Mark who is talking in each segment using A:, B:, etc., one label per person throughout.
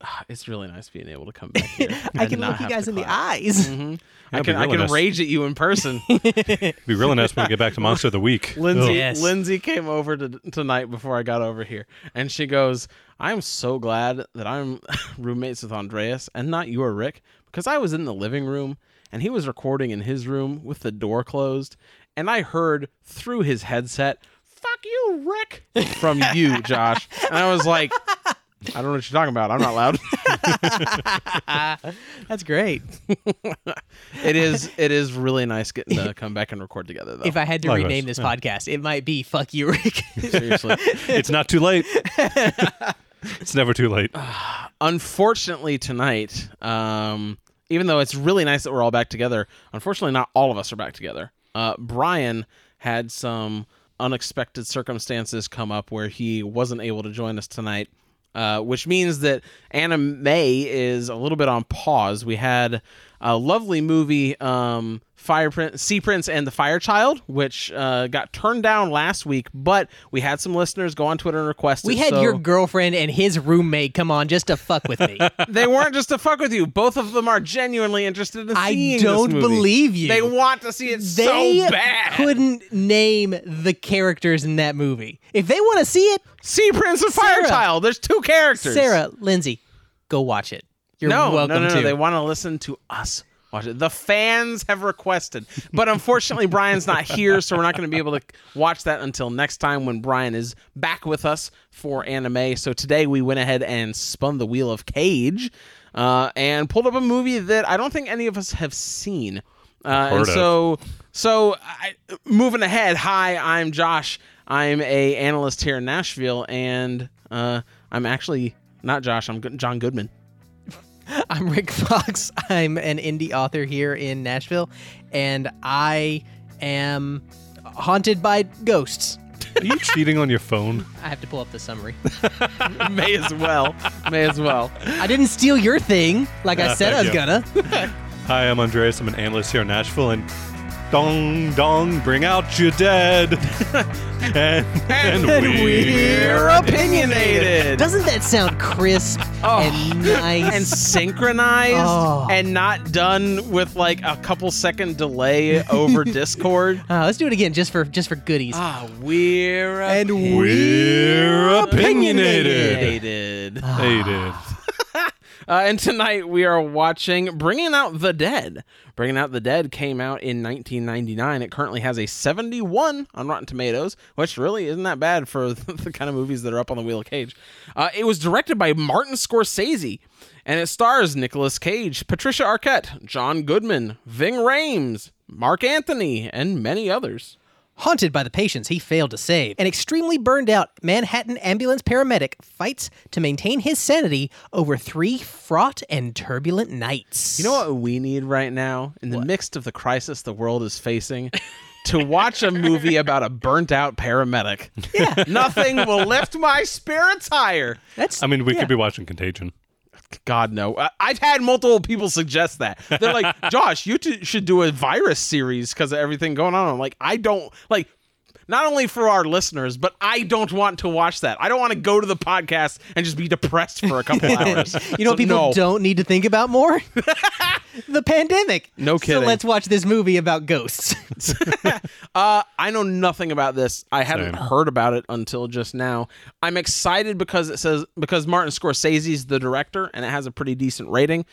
A: it's really nice being able to come back here.
B: I can look you guys in the eyes.
A: hmm I
C: it'd be
A: can I
C: really
A: can
C: nice.
A: rage at you in person.
C: It'd be really nice when we get back to Monster of the Week.
A: Lindsay
C: Ugh.
B: Yes.
A: Lindsay came over to, tonight before I got over here, and she goes, "I'm so glad that I'm roommates with Andreas and not you or Rick because I was in the living room and he was recording in his room with the door closed, and I heard through his headset." Fuck you, Rick, from you, Josh. And I was like, I don't know what you're talking about. I'm not loud.
B: That's great.
A: it is it is really nice getting to come back and record together though.
B: If I had to
C: Likewise,
B: rename this
C: yeah.
B: podcast, it might be "Fuck You, Rick."
A: Seriously.
C: It's not too late. it's never too late.
A: Ah. unfortunately tonight um even though it's really nice that we're all back together unfortunately not all of us are back together uh brian had some unexpected circumstances come up where he wasn't able to join us tonight uh, which means that Anna May is a little bit on pause. We had a lovely movie, um, Fire Prince, Sea Prince and the Fire Child, which uh, got turned down last week, but we had some listeners go on Twitter and request
B: we
A: it,
B: had
A: so-
B: your girlfriend and his roommate come on just to fuck with me.
A: they weren't just to fuck with you. Both of them are genuinely interested in
B: I
A: seeing
B: don't
A: this movie.
B: believe you.
A: They want to see it
B: they
A: so bad.
B: couldn't name the characters in that movie. If they want to see it,
A: Sea Prince and
B: Sarah.
A: Firechild. There's two characters.
B: Sarah, Lindsay, go watch it. You're
A: No, no,
B: welcome
A: no, no.
B: to.
A: They want to listen to us. Watch it. The fans have requested, but unfortunately Brian's not here, so we're not going to be able to watch that until next time when Brian is back with us for anime. So today we went ahead and spun the wheel of Cage, uh, and pulled up a movie that I don't think any of us have seen. Uh, and
C: Heard of.
A: so so so I, moving ahead hi i'm josh i'm a analyst here in nashville and uh, i'm actually not josh i'm Go- john goodman
B: I'm Rick Fox. I'm an indie author here in Nashville, and I am haunted by ghosts.
C: Are you cheating on your phone?
B: I have to pull up the summary.
A: may as well may as well
B: I didn't steal your thing like I said I was
C: Ah, thank you.
B: gonna.
C: Hi, I'm Andreas. I'm an analyst here in Nashville, and dong dong, bring out your dead. and, and,
A: we're opinionated Oh.
B: Doesn't that sound crisp and nice?
A: and synchronized
B: Oh.
A: and not done with like a couple second delay over discord
B: Uh, let's do it again just for just for goodies.
A: ah we're
B: and
C: we're opinionated.
A: opinionated
C: Hey, dude.
A: Uh, and tonight we are watching Bringing Out the Dead. Bringing Out the Dead came out in 1999. It currently has a 71 on Rotten Tomatoes, which really isn't that bad for the kind of movies that are up on the Wheel of Cage. Uh, it was directed by Martin Scorsese, and it stars Nicolas Cage, Patricia Arquette, John Goodman, Ving Rhames, Mark Anthony, and many others.
B: Haunted by the patients he failed to save, an extremely burned out Manhattan ambulance paramedic fights to maintain his sanity over three fraught and turbulent nights.
A: You know what we need right now in the midst of the crisis the world is facing? To watch a movie about a burnt out paramedic. Yeah. Nothing will lift my spirits higher.
B: That's
C: I mean, we
B: yeah.
C: could be watching Contagion.
A: God, no. I- I've had multiple people suggest that. They're like, Josh, you two should do a virus series because of everything going on. I'm like, I don't, like, not only for our listeners, but I don't want to watch that. I don't want to go to the podcast and just be depressed for a couple hours.
B: You know
A: So,
B: what people
A: no.
B: don't need to think about more? the pandemic.
A: No
B: So
A: kidding.
B: let's watch this movie about ghosts.
A: Uh, I know nothing about this. I hadn't
C: Same.
A: heard about it until just now. I'm excited because it says because Martin Scorsese's the director and it has a pretty decent rating.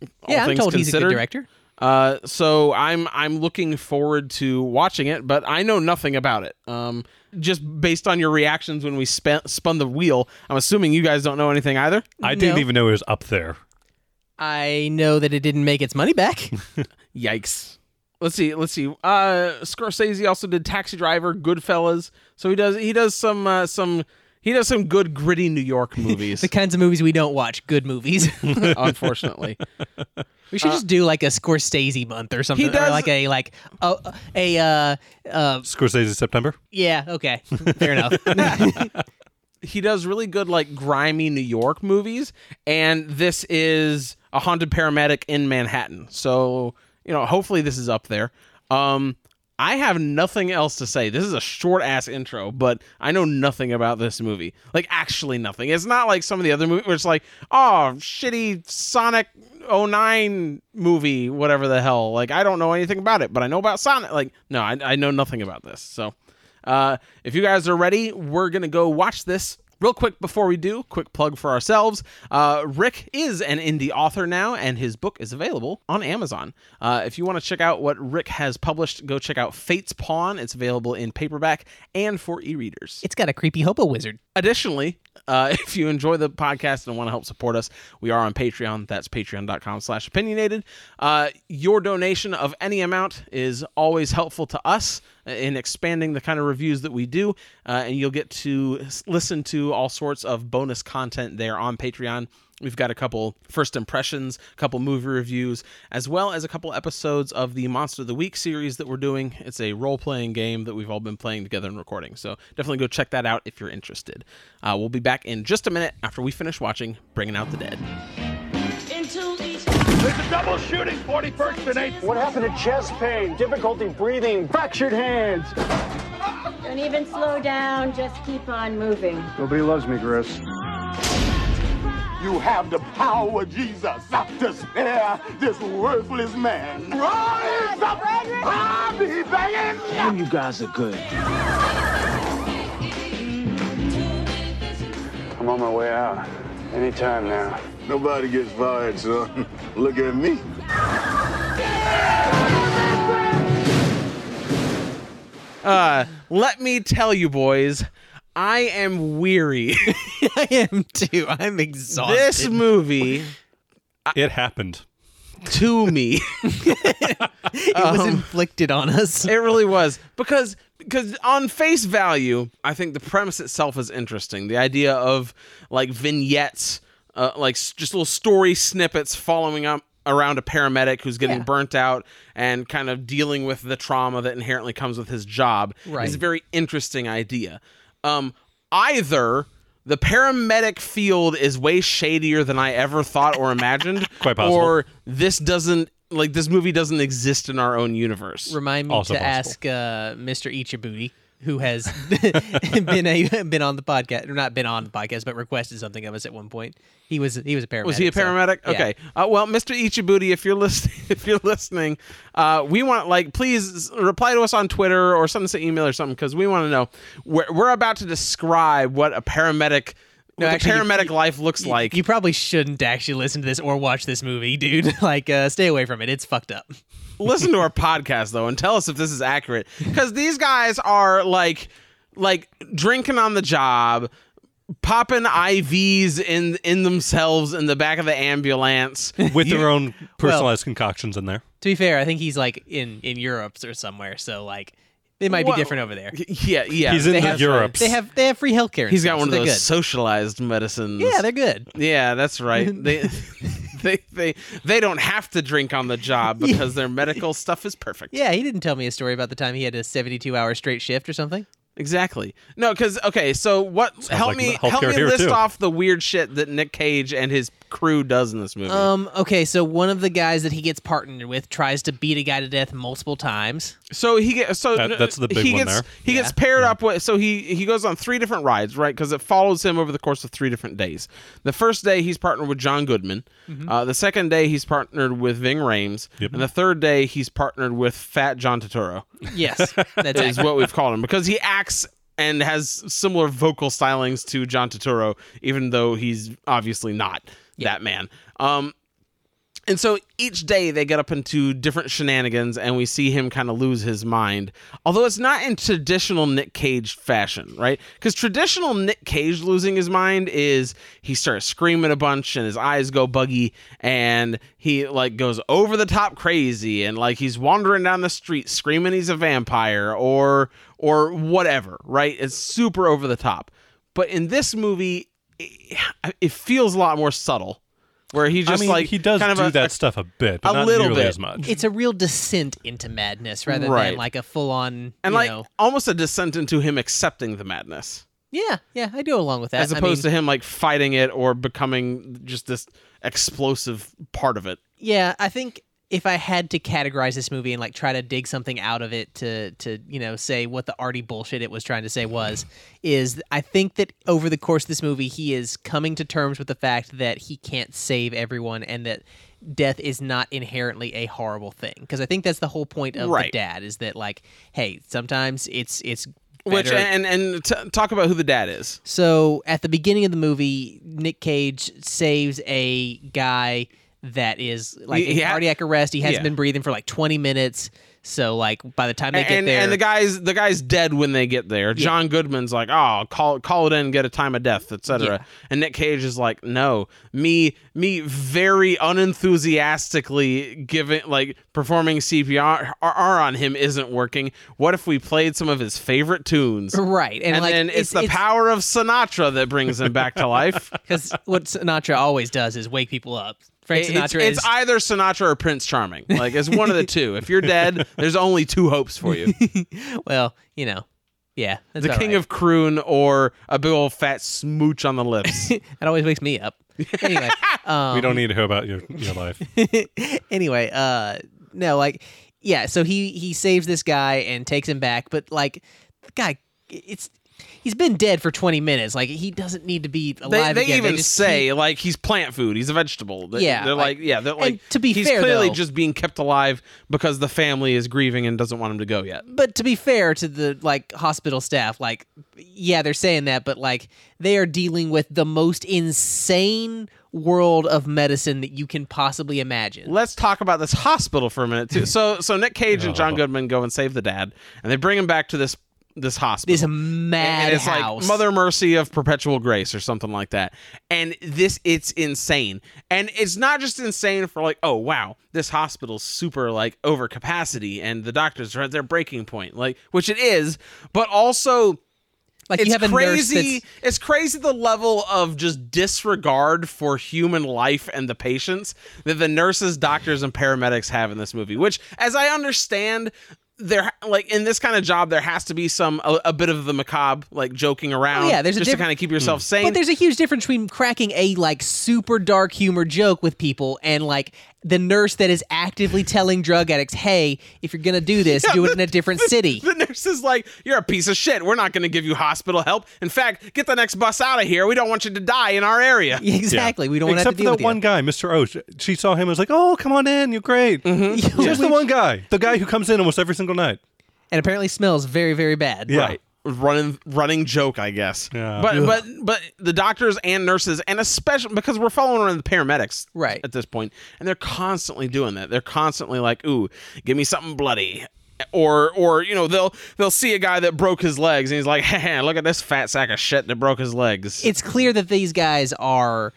A: all
B: yeah, I'm
A: things
B: told he's a good
A: considered.
B: director.
A: Uh, so I'm I'm looking forward to watching it, but I know nothing about it. Um, just based on your reactions when we spun spun the wheel, I'm assuming you guys don't know anything either.
C: I didn't
B: No.
C: even know it was up there.
B: I know that it didn't make its money back.
A: Yikes. Let's see. Let's see. Uh, Scorsese also did Taxi Driver, Goodfellas. So he does. He does some. Uh, some. He does some good gritty New York movies.
B: the kinds of movies we don't watch, good movies.
A: Uh, unfortunately,
B: we should just do like a Scorsese month or something, or
A: does-
B: like a like a, a uh, uh
C: Scorsese September.
B: yeah okay, fair enough.
A: he does really good like grimy New York movies. And this is a haunted paramedic in Manhattan. So you know, hopefully this is up there. Um, I have nothing else to say. This is a short ass intro, but I know nothing about this movie. Like actually nothing. It's not like some of the other movies where it's like, oh, shitty Sonic 09 movie, whatever the hell. Like I don't know anything about it, but I know about Sonic. Like no, I, I know nothing about this. So, uh, if you guys are ready, we're gonna go watch this. Real quick before we do, quick plug for ourselves. Uh, Rick is an indie author now, and his book is available on Amazon. Uh, if you want to check out what Rick has published, go check out Fate's Pawn. It's available in paperback and for e readers.
B: It's got a creepy hobo wizard.
A: Additionally, uh, if you enjoy the podcast and want to help support us, we are on Patreon. That's patreon.com slash opinionated. Uh, your donation of any amount is always helpful to us in expanding the kind of reviews that we do, uh, and you'll get to s- listen to all sorts of bonus content there on Patreon. We've got a couple first impressions, a couple movie reviews, as well as a couple episodes of the Monster of the Week series that we're doing. It's a role playing game that we've all been playing together and recording. So definitely go check that out if you're interested. Uh, we'll be back in just a minute after we finish watching Bringing Out the Dead.
D: into each
E: There's a double shooting, 41st and 8th.
F: What happened to chest pain, difficulty breathing, fractured hands?
D: don't even slow down just keep on moving
F: Nobody loves me, Chris.
E: You have the power, Jesus, to spare this worthless man. Rise up! I'll be begging!
F: You guys are good. I'm on my way out. Anytime now.
E: Nobody gets fired, son. Look at me.
A: Uh, let me tell you, boys, I am weary.
B: I am too. I'm exhausted.
A: this movie
C: It happened.
A: to me.
B: it
A: um,
B: was inflicted on us.
A: It really was because because on face value, I think the premise itself is interesting. The idea of like vignettes, uh, like s- just little story snippets following up around a paramedic who's getting
B: Yeah.
A: burnt out and kind of dealing with the trauma that inherently comes with his job
B: Right.
A: is a very interesting idea. Um, either the paramedic field is way shadier than I ever thought or imagined,
C: Quite possible.
A: or this doesn't like this movie doesn't exist in our own universe.
B: Remind me
C: Also
B: to
C: possible.
B: ask uh, Mr. Ichibuti, who has been a, been on the podcast, or not been on the podcast, but requested something of us at one point. He was he was a paramedic.
A: Was he a
B: so-
A: paramedic?
B: yeah.
A: Okay. Uh, well, Mr. Ichibuti, if you're listening, if you're listening, uh, we want like please reply to us on Twitter or send us an email or something because we want to know. We're, we're about to describe what a paramedic,
B: No,
A: what
B: actually,
A: a
B: you-
A: paramedic life looks like.
B: You probably shouldn't actually listen to this or watch this movie, dude. like, uh, stay away from it. It's fucked up.
A: Listen to our podcast though and tell us if this is accurate because these guys are like, like drinking on the job. Popping IVs in in themselves in the back of the ambulance.
C: With their own personalized concoctions in there.
B: To be fair, I think he's like in in Europe or somewhere, so like it might
A: Well,
B: be different over there.
A: Yeah, yeah.
C: He's in
B: They
C: the
B: have
C: Europe.
B: They have they have free healthcare. and
A: He's got
B: stuff,
A: one of
B: so
A: those
B: they're
A: socialized medicines.
B: good. Yeah, they're good.
A: Yeah, that's right. They they they they don't have to drink on the job because their medical stuff is perfect.
B: Yeah, he didn't tell me a story about the time he had a 72 hour straight shift or something.
A: Exactly. No, cuz okay, so what help
C: like
A: me
C: healthcare
A: help me
C: here,
A: list
C: too.
A: off the weird shit that Nick Cage and his crew does in this movie.
B: Um, okay, so one of the guys that he gets partnered with tries to beat a guy to death multiple times.
A: So he gets so uh,
C: That- that's the big
A: he
C: one
A: gets,
C: there.
A: He gets paired up with so he he goes on three different rides, right? Because it follows him over the course of three different days. The first day he's partnered with John Goodman. Uh, the second day he's partnered with Ving Rhames, and the third day he's partnered with Fat John Turturro
B: Yes, that's
A: is
B: accurate.
A: what we've called him because he acts and has similar vocal stylings to John Turturro, even though he's obviously not that man. Um, and so each day they get up into different shenanigans, and we see him kind of lose his mind. Although it's not in traditional Nick Cage fashion, right? Because traditional Nick Cage losing his mind is he starts screaming a bunch, and his eyes go buggy, and he like goes over the top crazy, and like he's wandering down the street screaming he's a vampire or or whatever, right? It's super over the top. But in this movie, it, it feels a lot more subtle. Where he just
C: I mean,
A: like
C: he does
A: kind of
C: do
A: a-
C: that
A: a
C: stuff a bit, but
A: a
C: not
A: little
C: nearly
A: bit.
C: as much.
B: It's a real descent into madness rather
A: Right.
B: than like a full on,
A: and
B: you
A: like
B: know.
A: almost a descent into him accepting the madness
B: Yeah, yeah, I do along with that.
A: as opposed to him like fighting it or becoming just this explosive part of it
B: Yeah, I think if I had to categorize this movie and like try to dig something out of it to to you know say what the arty bullshit it was trying to say was, is I think that over the course of this movie he is coming to terms with the fact that he can't save everyone and that death is not inherently a horrible thing because I think that's the whole point of
A: Right.
B: the dad is that like hey sometimes it's it's
A: Which
B: better-
A: and and t- talk about who the dad is.
B: so at the beginning of the movie, Nick Cage saves a guy that is like
A: He-
B: in
A: he ha-
B: cardiac arrest. He hasn't
A: Yeah.
B: been breathing for like 20 minutes. So like by the time they get
A: and,
B: there,
A: and the guy's the guy's dead when they get there. John Goodman's like, oh, call call it in, get a time of death, etc.
B: Yeah.
A: And Nick Cage is like, no, me me very unenthusiastically giving like performing CPR on him isn't working. What if we played some of his favorite tunes?
B: right, and,
A: And,
B: like
A: then it's, the power of Sinatra that brings him back to life.
B: because what Sinatra always does is wake people up. Frank
A: It-
B: Sinatra
A: it's,
B: is
A: it's either Sinatra or Prince Charming. Like it's one of the two. If you're dead, there's only two hopes for you.
B: well, you know, yeah, that's
A: the
B: about
A: king
B: right.
A: of croon or a big old fat smooch on the lips.
B: that always wakes me up. Anyway, um,
C: we don't need to hear about your, your life.
B: anyway, uh no, like yeah, so he he saves this guy and takes him back, but like the guy it's he's been dead for 20 minutes. Like he doesn't need to be
A: they
B: alive
A: they
B: again.
A: even
B: just
A: say
B: keep-
A: like he's plant food. He's a vegetable. They,
B: Yeah,
A: they're
B: like-
A: like, yeah, they're
B: and
A: like
B: to be
A: he's
B: fair,
A: clearly
B: though-
A: just being kept alive because the family is grieving and doesn't want him to go yet.
B: but to be fair to the like hospital staff, like yeah, they're saying that, but like they are dealing with the most insane world of medicine that you can possibly imagine.
A: Let's talk about this hospital for a minute too. So so Nick Cage and John Goodman go and save the dad, and they bring him back to this this hospital.
B: This mad
A: and it's
B: house.
A: like Mother Mercy of Perpetual Grace or something like that. And this, it's insane. And it's not just insane for like, oh wow, this hospital's super like over capacity, and the doctors are at their breaking point, like which it is, but also
B: like
A: it's
B: you have a nurse
A: crazy.
B: that's
A: It's crazy the level of just disregard for human life and the patients that the nurses, doctors, and paramedics have in this movie. Which, as I understand, there like in this kind of job, there has to be some a, a bit of the macabre, like joking around.
B: Oh, yeah, there's a
A: just to
B: diff- Hmm.
A: kind of keep yourself sane.
B: But there's a huge difference between cracking a like super dark humor joke with people and like the nurse that is actively telling drug addicts, "Hey, if you're gonna do this, do it in a different city."
A: the nurse is like, "You're a piece of shit. We're not going to give you hospital help. In fact, get the next bus out of here. We don't want you to die in our area."
B: exactly. We don't want to have
C: Except
B: to
C: for
B: deal
C: that
B: with
C: one guy, Mr. O. She, she saw him and was like, oh, come on in. You're great.
B: you.
C: Just the one guy. The guy who comes in almost every single night.
B: and apparently smells very very bad.
C: Yeah.
A: right running running joke i guess
C: Yeah.
A: but but but the doctors and nurses and especially because we're following around the paramedics
B: Right.
A: at this point and they're constantly doing that they're constantly like ooh give me something bloody or or you know they'll they'll see a guy that broke his legs and he's like hey, look at this fat sack of shit that broke his legs
B: It's clear that these guys are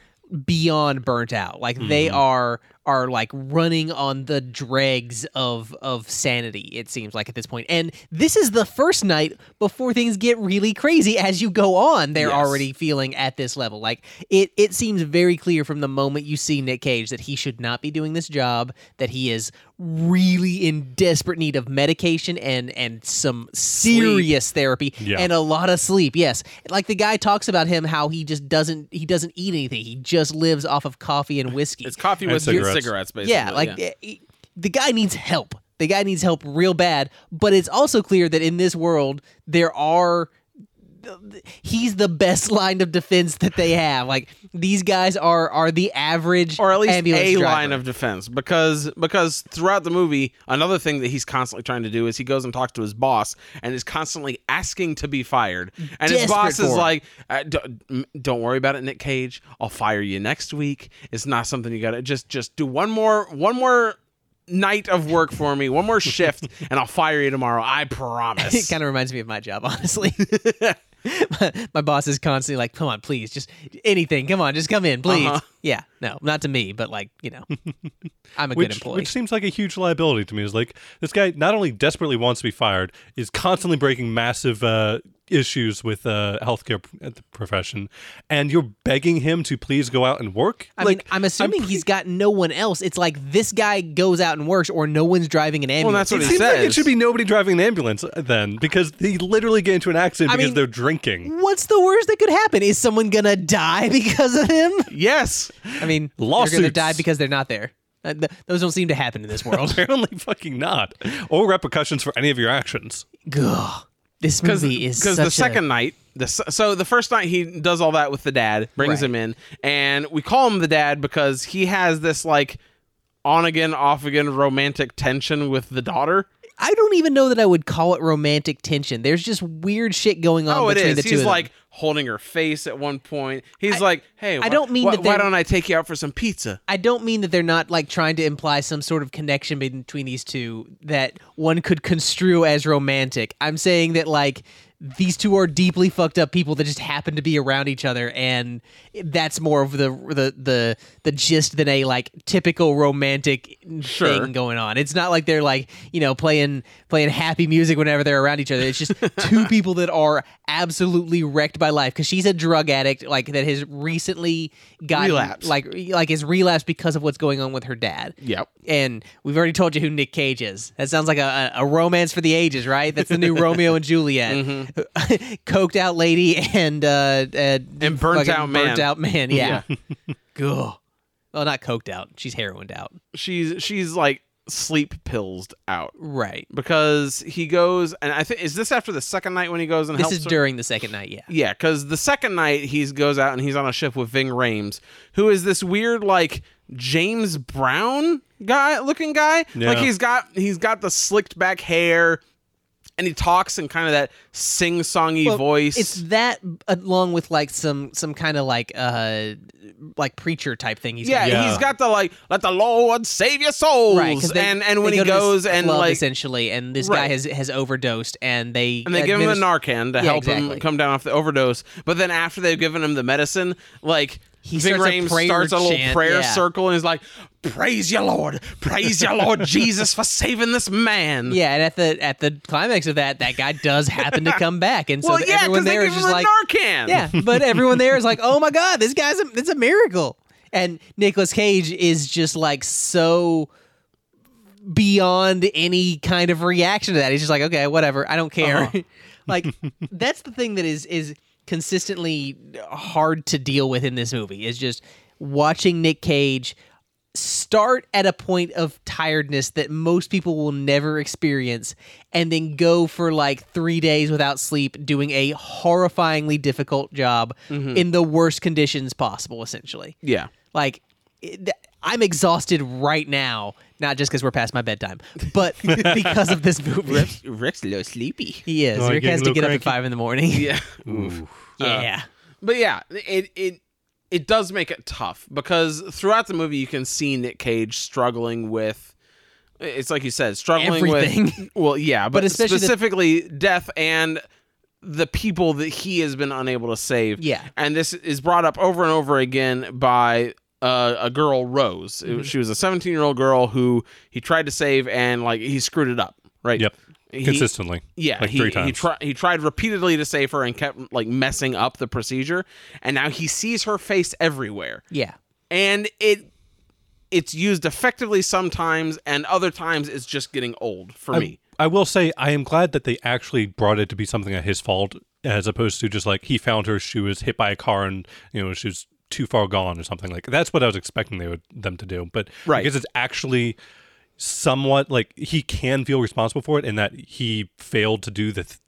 B: beyond burnt out. Like they are are like running on the dregs of of sanity it seems like at this point. And this is the first night before things get really crazy as you go on. They're
A: Yes.
B: already feeling at this level. Like it it seems very clear from the moment you see Nick Cage that he should not be doing this job, that he is really in desperate need of medication and and some serious therapy
C: Yeah.
B: and a lot of sleep. Yes. Like the guy talks about him how he just doesn't he doesn't eat anything. He just lives off of coffee and whiskey.
A: it's coffee
C: And
A: with cigarettes,
C: cigarettes.
A: cigarettes basically
B: yeah, like eh, the guy needs help. The guy needs help real bad, but it's also clear that in this world there are he's the best line of defense that they have. Like these guys are are the average
A: or at least
B: ambulance
A: a
B: driver.
A: line of defense because because throughout the movie another thing that he's constantly trying to do is he goes and talks to his boss and is constantly asking to be fired and his
B: Desperate
A: boss is
B: for it.
A: like uh, d- m- don't worry about it nick cage i'll fire you next week it's not something you gotta just just do one more one more night of work for me one more shift and i'll fire you tomorrow i
B: It
A: promise
B: kind of reminds me of my job, honestly. my, my boss is constantly like, "Come on, please, just anything. Come on, just come in, please."
A: Uh-huh.
B: Yeah, no, not to me, but like you know, I'm a good
C: Which,
B: employee.
C: which seems like a huge liability to me. Is like this guy not only desperately wants to be fired, is constantly breaking massive uh, issues with uh, healthcare p- at the profession, and you're begging him to please go out and work.
B: I mean,
C: like,
B: I'm assuming he's got no one else. It's like this guy goes out and works, or no one's driving an
A: that's
B: ambulance.
A: what
C: it
A: he
C: seems like it
A: says.
C: should be nobody driving an ambulance uh, then, because they literally get into an accident
B: I
C: because
B: mean-
C: they're drinking.
B: What's the worst that could happen? Is someone gonna die because of him?
A: yes
B: I mean, they're gonna
C: Lawsuits.
B: die because they're not there. Uh, th- those don't seem to happen in this world.
C: Apparently, fucking not. Or repercussions for any of your actions.
B: Gah. This
A: because
B: movie is
A: because
B: such
A: the
B: a-
A: second night the s- so the first night he does all that with the dad brings
B: Right.
A: him in and we call him the dad because he has this like on again off again romantic tension with the daughter
B: I don't even know that I would call it romantic tension. There's just weird shit going on
A: oh it
B: between
A: is
B: the two of
A: he's
B: them.
A: like holding her face at one point he's like hey why,
B: don't mean
A: why,
B: that
A: why
B: they're-
A: don't i take you out for some pizza
B: I don't mean that they're not like trying to imply some sort of connection between these two that one could construe as romantic. I'm saying that like these two are deeply fucked up people that just happen to be around each other, and that's more of the the the the gist than a like typical romantic
A: Sure.
B: thing going on. It's not like they're like you know playing playing happy music whenever they're around each other. It's just two people that are absolutely wrecked by life because she's a drug addict like that has recently gotten
A: Relapsed.
B: like like like is relapsed because of what's going on with her dad.
A: Yep.
B: And we've already told you who Nick Cage is. That sounds like a, a, a romance for the ages, right? That's the new Romeo and Juliet. Coked out lady and uh, uh and
A: Mm-hmm. burnt out man.
B: Burnt out man, yeah. Gah. Well, not coked out. She's heroined out.
A: she's she's like sleep pills out
B: Right.
A: because he goes and i think is this after the second night when he goes and
B: This
A: helps
B: is
A: her?
B: during the second night, yeah.
A: Yeah, because the second night he goes out and he's on a ship with Ving Rames, who is this weird like James Brown guy looking guy.
C: Yeah.
A: Like he's got he's got the slicked back hair, and he talks in kind of that sing songy
B: Well,
A: voice.
B: It's that uh, along with like some some kind of like uh like preacher type thing he's
A: yeah,
B: got.
C: Yeah.
A: he's got the like let the Lord save your souls,
B: right? Because
A: and and when he goes and like
B: essentially, and this guy
A: Right.
B: has has overdosed, and they
A: and they give him the
B: administer-
A: Narcan to
B: Yeah,
A: help
B: exactly.
A: him come down off the overdose. But then after they've given him the medicine, like
B: He
A: Ving
B: starts a
A: Rhames
B: prayer
A: starts a little
B: chant,
A: prayer
B: yeah.
A: circle and he's like, "Praise your Lord, praise your Lord Jesus for saving this man."
B: Yeah, and at the at the climax of that, that guy does happen to come back, and so
A: Well,
B: that
A: yeah,
B: everyone
A: because they
B: there
A: give
B: is
A: him
B: just
A: the
B: like,
A: Narcan.
B: yeah, but everyone there is like, oh my god, this guy's a, it's a miracle, and Nicolas Cage is just like so beyond any kind of reaction to that. He's just like, okay, whatever, I don't care. like that's the thing that is is consistently hard to deal with in this movie is just watching Nick Cage start at a point of tiredness that most people will never experience and then go for like 3 days without sleep doing a horrifyingly difficult job in the worst conditions possible essentially.
A: yeah.
B: Like it- th- I'm exhausted right now, not just cuz we're past my bedtime, but because of this movie.
A: Rick's a little sleepy.
B: He is.
C: Oh,
B: Rick
C: getting
B: has
C: a
B: to
C: little
B: get up at
C: cranky.
B: five in the morning.
A: Yeah, Uh,
B: yeah.
A: but yeah, it it it does make it tough because throughout the movie you can see Nick Cage struggling with. It's like you said, struggling
B: Everything.
A: with. Well, yeah, but,
B: especially the-
A: specifically death and the people that he has been unable to save.
B: Yeah.
A: and this is brought up over and over again by. Uh, a girl Rose.
B: Mm-hmm.
A: It- She was a 17 year old girl who he tried to save and like he screwed it up. Right.
C: Yep.
A: He-
C: Consistently.
A: yeah,
C: Like
A: he,
C: three
A: He,
C: times.
A: tri- he tried repeatedly to save her and kept like messing up the procedure, and now he sees her face everywhere,
B: Yeah.
A: and it it's used effectively sometimes, and other times it's just getting old for me.
C: I will say I am glad that they actually brought it to be something at his fault as opposed to just like he found her she was hit by a car and you know she was too far gone or something like that's what I was expecting they would them to do but
A: Right.
C: because it's actually somewhat like he can feel responsible for it and that he failed to do the th-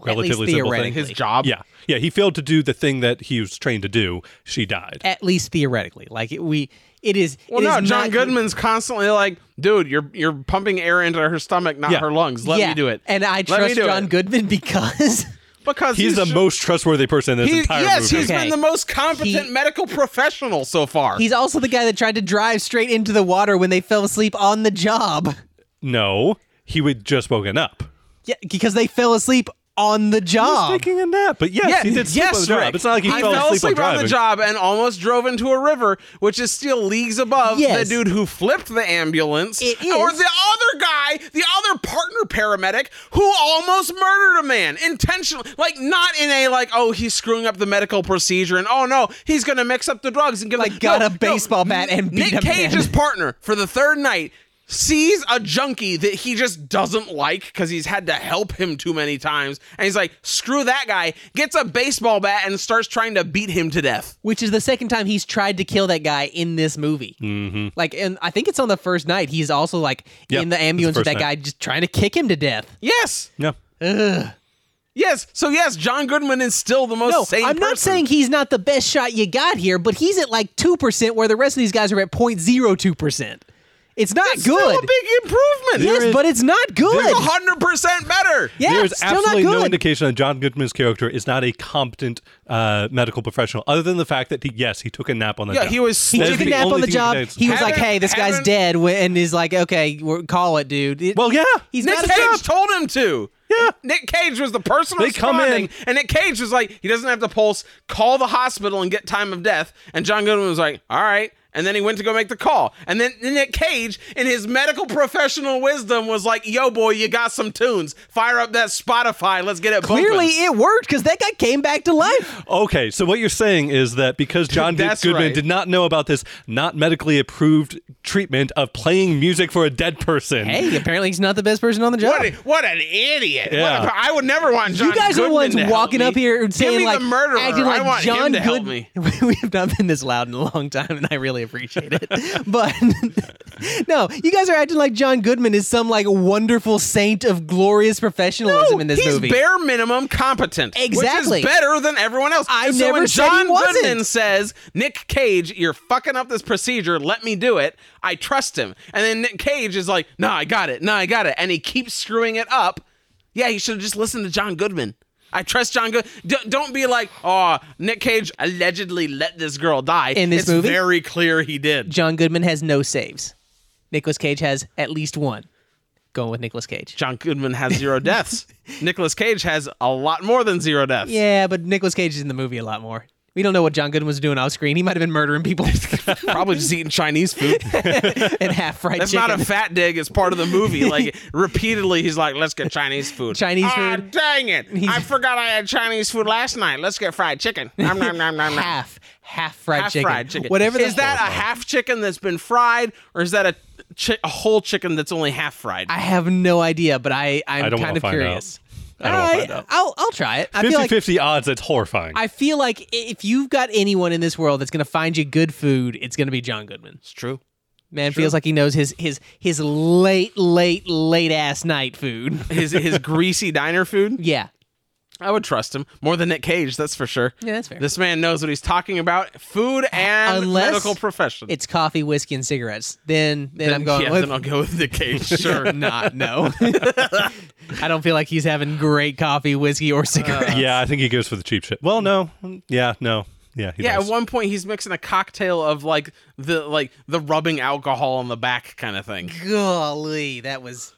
C: relatively simple thing
A: His
B: theoretically.
A: job,
C: yeah yeah he failed to do the thing that he was trained to do she died
B: At least theoretically, like it, we, it is.
A: Well,
B: it is
A: no, John
B: not-
A: Goodman's constantly like, dude, you're you're pumping air into her stomach, not
C: Yeah.
A: her lungs. Let
B: yeah,
A: me do it,
B: and I
A: Let me
B: trust
A: do
B: John
A: it."
B: Goodman because
A: because
C: he's, the
A: ju-
C: most trustworthy person in this
A: he-
C: entire
A: yes,
C: movie
A: he's
B: Okay.
A: been the most competent
B: He-
A: medical professional so far.
B: he's also the guy that tried to drive straight into the water when they fell asleep on the job.
C: no he would just woken up
B: Yeah, because they fell asleep on the job.
C: taking a nap. But yes,
A: Yeah,
C: he did sleep
A: yes,
C: on the job.
A: Rick.
C: It's not like he
A: I
C: fell, asleep, on,
A: the
C: driving.
A: job and almost drove into a river, which is still leagues above
B: Yes.
A: the dude who flipped the ambulance,
B: It
A: or
B: is.
A: the other guy, the other partner paramedic who almost murdered a man intentionally, like not in a like, oh, he's screwing up the medical procedure, and oh no, he's gonna mix up the drugs and give
B: Like,
A: no,
B: got a
A: no.
B: baseball bat and beat
A: Nick
B: a man.
A: Cage's partner for the third night. sees a junkie that he just doesn't like because he's had to help him too many times, and he's like, "Screw that guy!" Gets a baseball bat and starts trying to beat him to death.
B: which is the second time he's tried to kill that guy in this movie. Mm-hmm. Like, and I think it's on the first night. He's also like
C: Yep,
B: in the
C: it's the
B: ambulance with
C: first
B: that guy,
C: night.
B: just trying to kick him to death.
A: Yes,
C: Yeah.
A: yes. So yes, John Goodman is still the most.
B: No,
A: sane
B: I'm not
A: person.
B: saying he's not the best shot you got here, but he's at like two percent, where the rest of these guys are at 0.02 percent. It's not
A: It's
B: good.
A: Still a big improvement.
B: yes, but it's not good.
A: It's hundred percent better.
B: yeah,
C: There's
B: still not
C: absolutely
B: good.
C: no indication that John Goodman's character is not a competent uh, medical professional, other than the fact that he, yes, he took a nap on the
A: Yeah,
C: job.
A: he was
B: he
A: That
C: is
B: took a
C: the
B: nap
C: only
B: on the
C: thing he
B: job.
C: knows.
B: He was like,
A: Haven't-
B: "Hey, this guy's
A: haven't-
B: dead," wh- and is like, "Okay, we're, call it, dude." It-
C: Well, yeah,
B: he's
A: Nick
B: not a
A: Cage
B: job.
A: told him to.
C: Yeah.
A: Nick Cage was the person
C: They come
A: responding,
C: in-
A: and Nick Cage was like, he doesn't have the pulse. Call the hospital and get time of death. And John Goodman was like, all right. And then he went to go make the call. And then Nick Cage, in his medical professional wisdom, was like, yo, boy, you got some tunes. Fire up that Spotify. Let's get it bumping."
B: Clearly, it worked because that guy came back to life.
C: Okay, so what you're saying is that because John Duke
A: That's
C: Goodman
A: right.
C: did not know about this not medically approved treatment of playing music for a dead person.
B: Hey, apparently he's not the best person on the job.
A: What, a- what an idiot! What
C: Yeah.
A: a- I would never want John.
B: you guys are the
A: Goodman
B: ones
A: to help
B: walking
A: me.
B: up here and
A: Give
B: saying
A: me
B: like
A: the murderer.
B: acting like
A: I want
B: John
A: him to help
B: Good-
A: me.
B: We have not been this loud in a long time, and I really appreciate it. But no, you guys are acting like John Goodman is some like wonderful saint of glorious professionalism in this
A: he's
B: movie.
A: bare minimum competent.
B: Exactly.
A: Which is better than everyone else.
B: I
A: And so
B: never
A: when
B: said he
A: John
B: wasn't.
A: Goodman says, Nick Cage, you're fucking up this procedure. Let me do it. I trust him. And then Nick Cage is like, nah, I got it. Nah, I got it. And he keeps screwing it up. Yeah, he should have just listened to John Goodman. I trust John Good. D- don't be like, oh, Nick Cage allegedly let this girl die.
B: In this
A: it's
B: movie?
A: very clear he did.
B: John Goodman has no saves. Nicolas Cage has at least one. Going with Nicolas Cage.
A: John Goodman has zero deaths. Nicolas Cage has a lot more than zero deaths.
B: Yeah, but Nicolas Cage is in the movie a lot more. We don't know what John Goodman was doing off screen. He might have been murdering people
A: Probably just eating Chinese food.
B: and half fried
A: That's
B: chicken.
A: not a fat dig. It's part of the movie. Like repeatedly, he's like, "Let's get Chinese food."
B: Chinese
A: Ah,
B: food.
A: dang it! I forgot I had Chinese food last night. Let's get fried chicken. Nom, nom, nom, nom, nom.
B: half half fried
A: Half
B: chicken.
A: fried chicken.
B: Whatever
A: is
B: the-
A: that a half chicken that's been fried, or is that a chi- a whole chicken that's only half fried?
B: I have no idea, but I I'm
C: I don't
B: kind
C: wanna
B: of
C: find out.
B: curious.
C: I don't wanna
B: All right,
C: find out.
B: I'll I'll try it. I
C: 50
B: feel like
C: 50 odds, it's horrifying.
B: I feel like i- if you've got anyone in this world that's gonna find you good food, it's gonna be John Goodman.
A: it's true.
B: Man feels like he knows his his his late late late ass night food.
A: His his greasy diner food.
B: yeah,
A: I would trust him more than Nick Cage. That's for sure.
B: Yeah, that's fair.
A: This man knows what he's talking about. Food and
B: Unless
A: medical profession.
B: it's coffee, whiskey, and cigarettes. Then then, I'm going
A: yeah,
B: with
A: then I'll go with Nick Cage. Sure.
B: not no. I don't feel like he's having great coffee, whiskey, or
A: Uh.
B: cigarettes.
C: yeah, I think he goes for the cheap shit. Well, no. Yeah, no. Yeah, he
A: Yeah,
C: does.
A: at one point he's mixing a cocktail of like the like the rubbing alcohol on the back kind of thing.
B: Golly, that was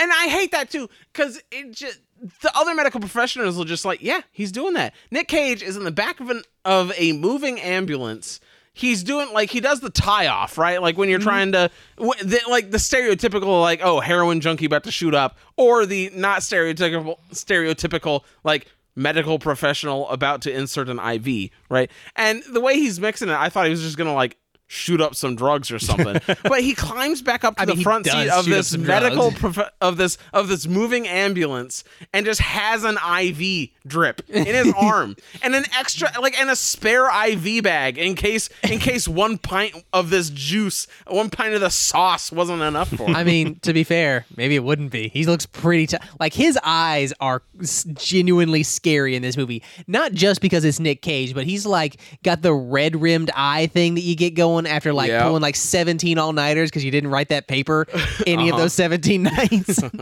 A: And I hate that too cuz it just the other medical professionals will just like, yeah, he's doing that. Nick Cage is in the back of an of a moving ambulance. He's doing like he does the tie off, right? Like when you're
B: Mm-hmm.
A: trying to wh- the, like the stereotypical like, oh, heroin junkie about to shoot up or the not stereotypical stereotypical like medical professional about to insert an IV, right? And the way he's mixing it, I thought he was just going to like shoot up some drugs or something. but he climbs back up to
B: mean,
A: the
B: he
A: front
B: does
A: seat of
B: shoot up
A: this
B: some
A: medical
B: drugs.
A: prof- of this of this moving ambulance and just has an IV drip in his arm and an extra like and a spare IV bag in case in case one pint of this juice, one pint of the sauce wasn't enough for him.
B: I mean, to be fair, maybe it wouldn't be. He looks pretty t- like his eyes are s- genuinely scary in this movie. Not just because it's Nick Cage, but he's like got the red-rimmed eye thing that you get going after like
A: Yeah.
B: pulling like 17 all-nighters cuz you didn't write that paper any
A: Uh-huh.
B: of those 17 nights.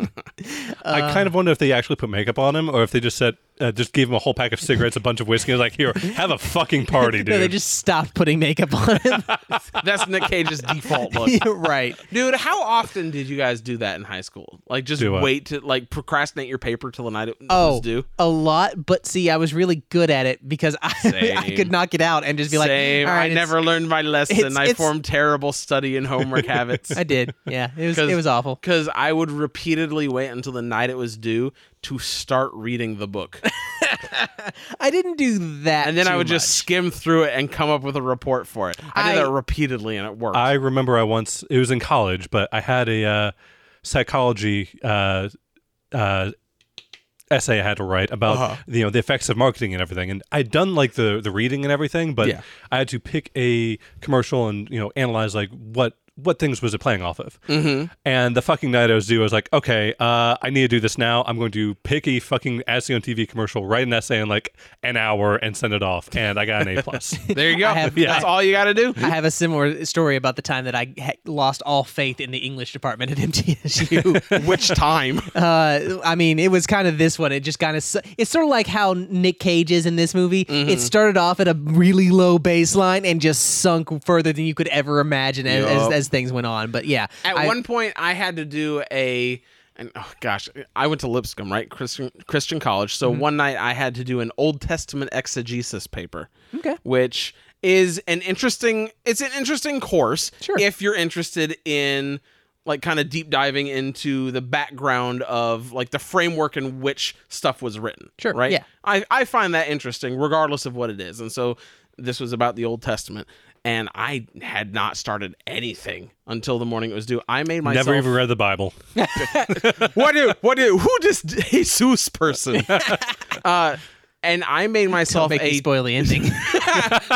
B: Uh,
C: I kind of wonder if they actually put makeup on him or if they just said, uh, just gave him a whole pack of cigarettes, a bunch of whiskey. and was like, here, have a fucking party, dude.
B: no, they just stopped putting makeup on him.
A: That's Nick Cage's default look.
B: You're right.
A: Dude, how often did you guys do that in high school? Like just
C: Do what?
A: wait to like procrastinate your paper till the night it
B: Oh,
A: was due?
B: a lot, but see, I was really good at it because I, I
A: Same.
B: could knock it out and just be like,
A: Same.
B: "All right,
A: I
B: it's-
A: never learned my lesson.
B: it's-
A: I
B: it's-
A: formed terrible study and homework habits.
B: I did. Yeah, it was
A: 'Cause-
B: it was awful.
A: Because I would repeatedly wait until the night it was due to start reading the book.
B: I didn't do that.
A: and then I
B: too
A: would just
B: much.
A: skim through it and come up with a report for it. I, did
B: I-
A: that repeatedly, and it worked.
C: I remember I once it was in college, but I had a uh, psychology uh, uh, essay I had to write about
A: Uh-huh.
C: you know the effects of marketing and everything. And I'd done like the the reading and everything, but
A: Yeah.
C: I had to pick a commercial and you know analyze like what what things was it playing off of. Mm-hmm. And the fucking night I was due, I was like, okay, uh, I need to do this now. I'm going to pick a fucking Asio TV commercial, write an essay in like an hour, and send it off. And I got an A plus.
A: there you go.
B: I have-
A: That's all you got to do.
B: I have a similar story about the time that I ha- lost all faith in the English department at MTSU.
A: Which time?
B: Uh, I mean, it was kind of this one. It just kind of it's sort of like how Nick Cage is in this movie.
A: Mm-hmm.
B: It started off at a really low baseline and just sunk further than you could ever imagine as, as,
A: Yup.
B: as things went on. But yeah,
A: At
B: I-
A: one point, I had to do a, and oh gosh, I went to Lipscomb, right? Christian, Christian college.
B: Mm-hmm.
A: So one night I had to do an Old Testament exegesis paper.
B: Okay.
A: Which is an interesting, it's an interesting course.
B: Sure.
A: If you're interested in like kind of deep diving into the background of like the framework in which stuff was written.
B: Sure,
A: Right.
B: yeah.
A: I, I find that interesting regardless of what it is. And so this was about the Old Testament. And I had not started anything until the morning it was due. I made myself.
C: Never even read the Bible.
A: what do what do who this Jesus person? uh, and I made
B: don't
A: myself
B: make me
A: a
B: spoil the ending.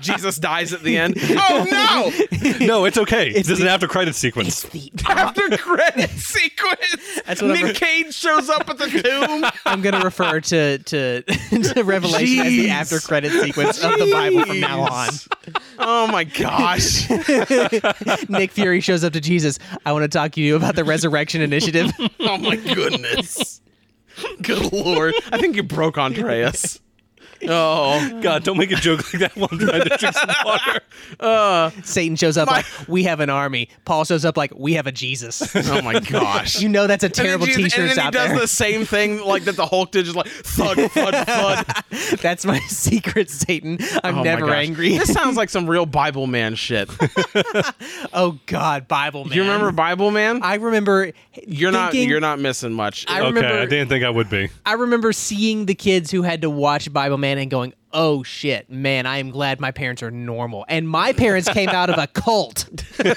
A: Jesus dies at the end. oh no!
C: No, it's okay. this is an after credit sequence.
B: It's the-
A: After credit sequence,
B: That's what I'm
A: Nick
B: re-
A: Cage shows up at the tomb.
B: I'm gonna refer to to, to Revelation as the
A: Jeez.
B: after credit sequence of the Bible from now on.
A: Oh my gosh!
B: Nick Fury shows up to Jesus. I want to talk to you about the resurrection initiative.
A: Oh my goodness! Good lord! I think you broke Andreas. Oh,
C: God, don't make a joke like that while I'm trying to drink some water.
B: Satan shows up like we have an army. Paul shows up like we have a Jesus.
A: oh my gosh!
B: You know that's a
A: And then
B: terrible
A: Jesus-
B: T-shirt
A: And then he
B: out
A: does
B: there.
A: the same thing like that. The Hulk did, just like thud, thud, thud.
B: That's my secret, Satan. I'm
A: Oh my
B: never
A: gosh.
B: angry.
A: This sounds like some real Bible man shit.
B: oh God, Bible man.
A: Do you remember Bible man?
B: I remember.
A: you're not
B: thinking-
A: you're not missing much. Uh,
B: I
C: Okay,
B: remember.
C: I didn't think I would be.
B: I remember seeing the kids who had to watch Bible Man and going, "Oh shit, man! I am glad my parents are normal." And my parents came out of a cult.
A: My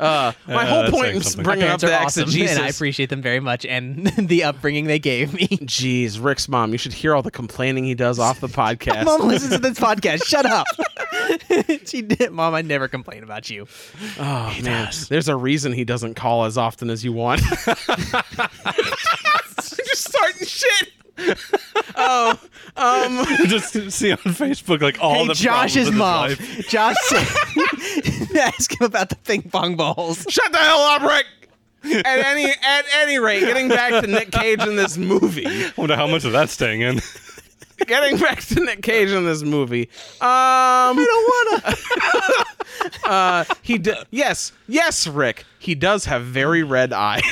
C: Uh,
A: whole
C: that's
A: point
C: saying
A: is
C: something.
A: bringing up
B: parents
A: the
B: are awesome,
A: exegesis.
B: and I appreciate them very much and the upbringing they gave me.
A: Jeez, Rick's mom, you should hear all the complaining he does off the podcast.
B: Mom listens to this podcast. Shut up. she did. Mom, I never complain about you.
A: oh man, there's a reason he doesn't call as often as you want. You're starting shit. oh, um,
C: Just see on Facebook like all
B: hey,
C: the problems
B: Josh's
C: in his
B: mom.
C: life.
B: Josh said, ask him about the ping pong balls.
A: shut the hell up, Rick. At any at any rate, getting back to Nick Cage in this movie.
C: I wonder how much of that's staying in.
A: getting back to Nick Cage in this movie. Um, I don't wanna. uh, he d- yes, yes, Rick. He does have very red eyes.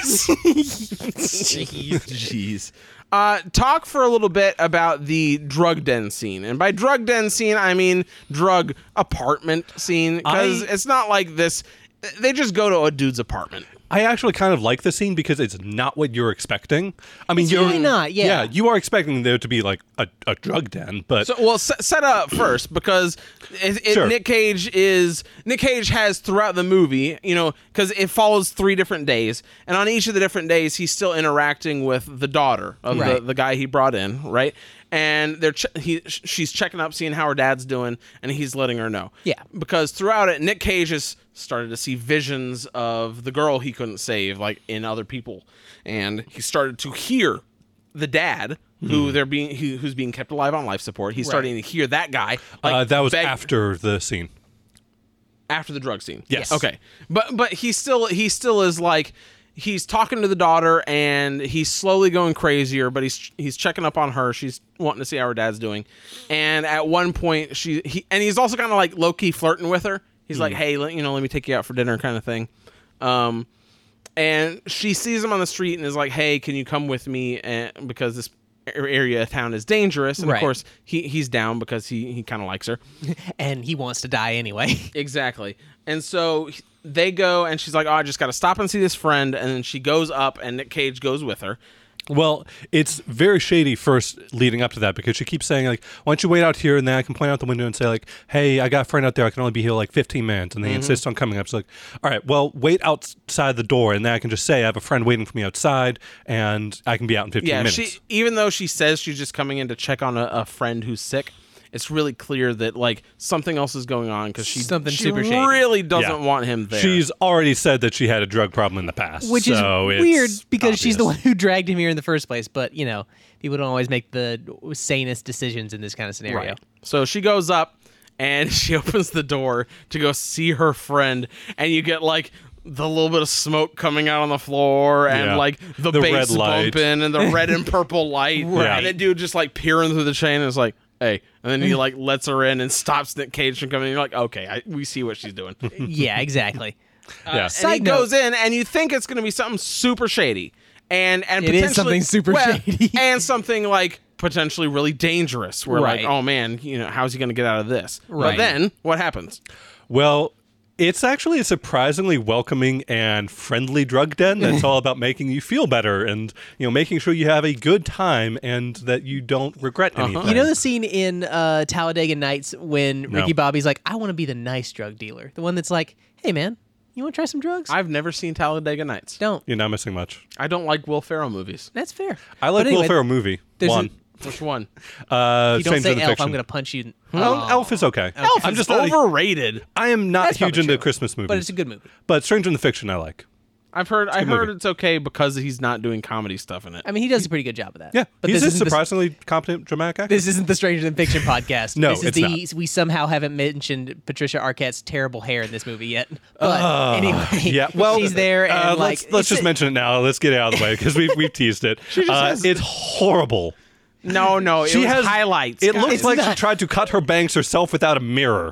A: Jeez, jeez. Uh, talk for a little bit about the drug den scene, and by drug den scene, I mean drug apartment scene, because
C: I-
A: it's not like this. They just go to a dude's apartment.
C: I actually kind of like the scene because it's not what you're expecting. I mean, you're
B: really not, yeah.
C: you are expecting there to be like a, a drug den, but
A: So, well, s- set up first because it, it,
C: Sure.
A: Nick Cage is Nick Cage has throughout the movie, you know, because it follows three different days, and on each of the different days, he's still interacting with the daughter of the,
B: Right.
A: the guy he brought in, right? And they're che- he sh- she's checking up, seeing how her dad's doing, and he's letting her know.
B: Yeah.
A: because throughout it, Nick Cage has started to see visions of the girl he couldn't save, like in other people, and he started to hear the dad
C: Hmm.
A: who they're being who, who's being kept alive on life support. He's starting to hear that guy. Like,
C: uh, that was
A: beg-
C: after the scene.
A: after the drug scene.
C: Yes.
A: Okay. But but he still he still is like he's talking to the daughter and he's slowly going crazier, but he's he's checking up on her. She's wanting to see how her dad's doing. And at one point she he and he's also kind of like low key flirting with her. He's like, "Hey, let, you know, let me take you out for dinner," kind of thing. Um and she sees him on the street and is like, "Hey, can you come with me?" And because this a- area of town is dangerous, and
B: Right.
A: of course he he's down because he he kind of likes her.
B: And he wants to die anyway.
A: Exactly. And so he- they go, and she's like, "Oh, I just got to stop and see this friend." And then she goes up, and Nick Cage goes with her.
C: Well, it's very shady first leading up to that because she keeps saying, like, why don't you wait out here and then I can point out the window and say, like, hey, I got a friend out there. I can only be here like 15 minutes. And they
B: Mm-hmm.
C: insist on coming up. She's like, all right, well, wait outside the door and then I can just say I have a friend waiting for me outside and I can be out in 15
A: yeah,
C: minutes.
A: she even though she says she's just coming in to check on a, a friend who's sick, it's really clear that like something else is going on because she
B: Something
A: she
B: super shady.
A: really doesn't
C: Yeah.
A: want him there.
C: She's already said that she had a drug problem in the past.
B: which is
C: so it's
B: weird because she's the
C: obvious.
B: one who dragged him here in the first place. But you know, people don't always make the sanest decisions in this kind of scenario.
A: So she goes up and she opens the door to go see her friend, and you get like the little bit of smoke coming out on the floor and
C: Yeah.
A: like the,
C: The
A: bass
C: red light.
A: bumping and the red and purple light.
C: Right.
A: And the dude just like peering through the chain and is like, hey. And then he like lets her in and stops Nick Cage from coming in. You're like, okay, I, we see what she's doing.
B: Yeah, exactly.
C: Yeah.
A: and he
B: Side note-
A: goes in and you think it's going to be something super shady and and
B: It is
A: potentially
B: something super
A: well,
B: shady.
A: and something like potentially really dangerous where
B: Right.
A: like oh man you know how's he going to get out of this
B: Right.
A: but then what happens
C: Well, it's actually a surprisingly welcoming and friendly drug den that's all about making you feel better and you know making sure you have a good time and that you don't regret anything.
B: Uh-huh. You know the scene in uh, Talladega Nights when
C: No.
B: Ricky Bobby's like, "I want to be the nice drug dealer, the one that's like, hey man, you want to try some drugs?
A: i've never seen talladega nights
B: don't.
C: You're not missing much.
A: i don't like will ferrell movies
B: That's fair.
C: I like
B: But anyway,
C: Will Ferrell movie
B: there's
C: one.
A: which one
C: uh,
B: You don't
C: Stranger
B: say
C: Than
B: elf.
C: Fiction.
B: I'm gonna Oh. punch you. in-
C: Well,
B: Aw.
C: Elf is okay. Elf I'm
A: It's
C: just not a-
A: overrated
C: I am not
B: That's
C: huge
B: probably
C: into
B: true.
C: Christmas movies,
B: But it's a good movie.
C: But Stranger Than Fiction, I like.
A: i've heard i
C: good
A: heard
C: movie.
A: it's okay because he's not doing comedy stuff in it
B: I mean, he does a pretty good job of that.
C: Yeah,
B: but
C: he's
B: this
C: a
B: isn't the-
C: surprisingly competent dramatic actor.
B: This isn't the Stranger Than Fiction podcast.
C: No,
B: this is
C: it's
B: the
C: not.
B: we somehow haven't mentioned Patricia Arquette's terrible hair in this movie yet. But anyway,
C: Ah, yeah, well,
B: she's there and
C: uh,
B: like
C: let's, let's
B: it's-
C: just mention it now. Let's get it out of the way because we've we've teased it. Uh,
A: has-
C: it's horrible.
A: no no it
C: she
A: was
C: has
A: highlights
C: It
A: guys.
C: looks like she tried to cut her bangs herself without a mirror.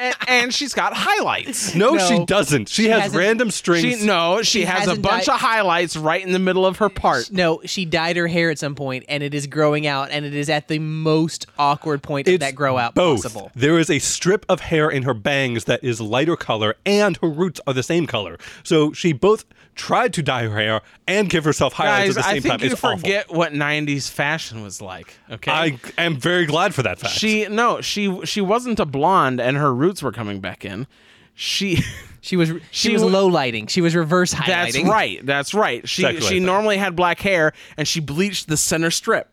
A: and, and she's got highlights
C: No,
B: No.
C: she doesn't. She, has
B: hasn't-
C: random strings.
A: she no she, has a
B: hasn't
A: bunch
B: di-
A: of highlights right in the middle of her part
B: No, she dyed her hair at some point, and it is growing out, and it is at the most awkward point of
C: It's
B: that grow out
C: both.
B: possible.
C: There is a strip of hair in her bangs that is lighter color, and her roots are the same color. So she both tried to dye her hair and give herself highlights
A: Guys,
C: at the same
A: I think
C: time.
A: you
C: it's
A: forget what '90s fashion was like. Okay,
C: awful. I am very glad for that fact.
A: she no, she she wasn't a blonde, and her roots were coming back in. She,
B: She was she,
A: She
B: was
A: w-
B: low lighting. She was reverse highlighting.
A: that's right, that's right. She
C: Exactly, I
A: she
C: think.
A: normally had black hair, and she bleached the center strip.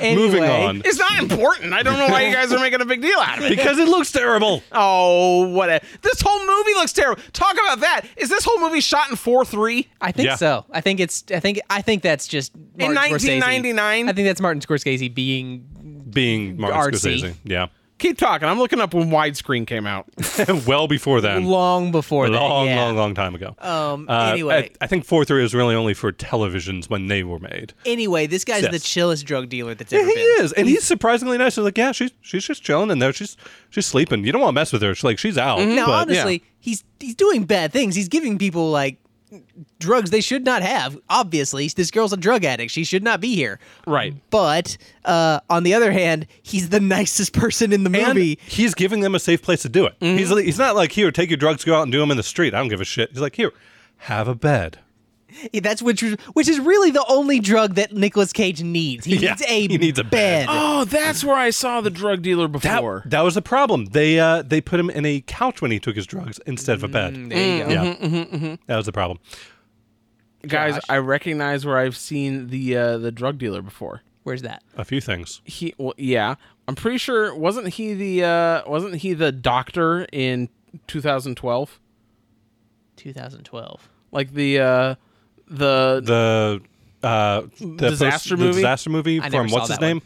C: Moving
B: Anyway,
C: on.
A: It's not important. I don't know why you guys are making a big deal out of it.
C: Because it looks terrible.
A: Oh, what a, this whole movie looks terrible. Talk about that. Is this whole movie shot in four three?
B: I think
C: Yeah.
B: so. I think it's. I think. I think that's just Martin Scorsese.
A: 1999?
B: I think that's Martin Scorsese being
C: Being Martin
B: Artsy.
C: Scorsese. Yeah.
A: Keep talking. I'm looking up when widescreen came out.
C: well before then.
B: long before that.
C: Um, long,
B: yeah.
C: long, long time ago.
B: Um,
C: Uh,
B: anyway.
C: I, I think four three is really only for televisions when they were made.
B: Anyway, this guy's
C: Yes.
B: the chillest drug dealer that's
C: Yeah,
B: ever
C: he
B: been.
C: is, and he's surprisingly nice. He's like, yeah, she's she's just chilling in there. She's she's sleeping. You don't want to mess with her. She's like, she's out.
B: Now,
C: But-
B: Mm-hmm. honestly,
A: yeah.
B: he's he's doing bad things. He's giving people like drugs they should not have. Obviously, this girl's a drug addict. She should not be here.
A: Right.
B: But uh, on the other hand, he's the nicest person in the
C: and
B: movie.
C: he's giving them a safe place to do it.
B: Mm-hmm.
C: He's like- he's not like here, take your drugs, go out and do them in the street. I don't give a shit. He's like here, have a bed.
B: That's which which is really the only drug that Nicolas Cage needs. He
C: Yeah,
B: needs a
C: he needs a bed.
A: Oh, that's where I saw the drug dealer
C: That,
A: before.
C: that was the problem. They uh, they put him in a couch when he took his drugs instead of a bed.
B: Mm, There you go. Mm-hmm,
C: yeah, that was the problem.
A: Guys, I recognize where I've seen the uh, the drug dealer before.
B: Where's that?
C: A few things.
A: He, well, yeah, I'm pretty sure wasn't he the uh, wasn't he the doctor in 2012?
B: 2012.
A: Like the uh, the
C: The uh, the
A: Disaster
C: the
A: movie?
C: disaster movie
B: I never
C: from
B: saw
C: what's his
B: that one.
C: name?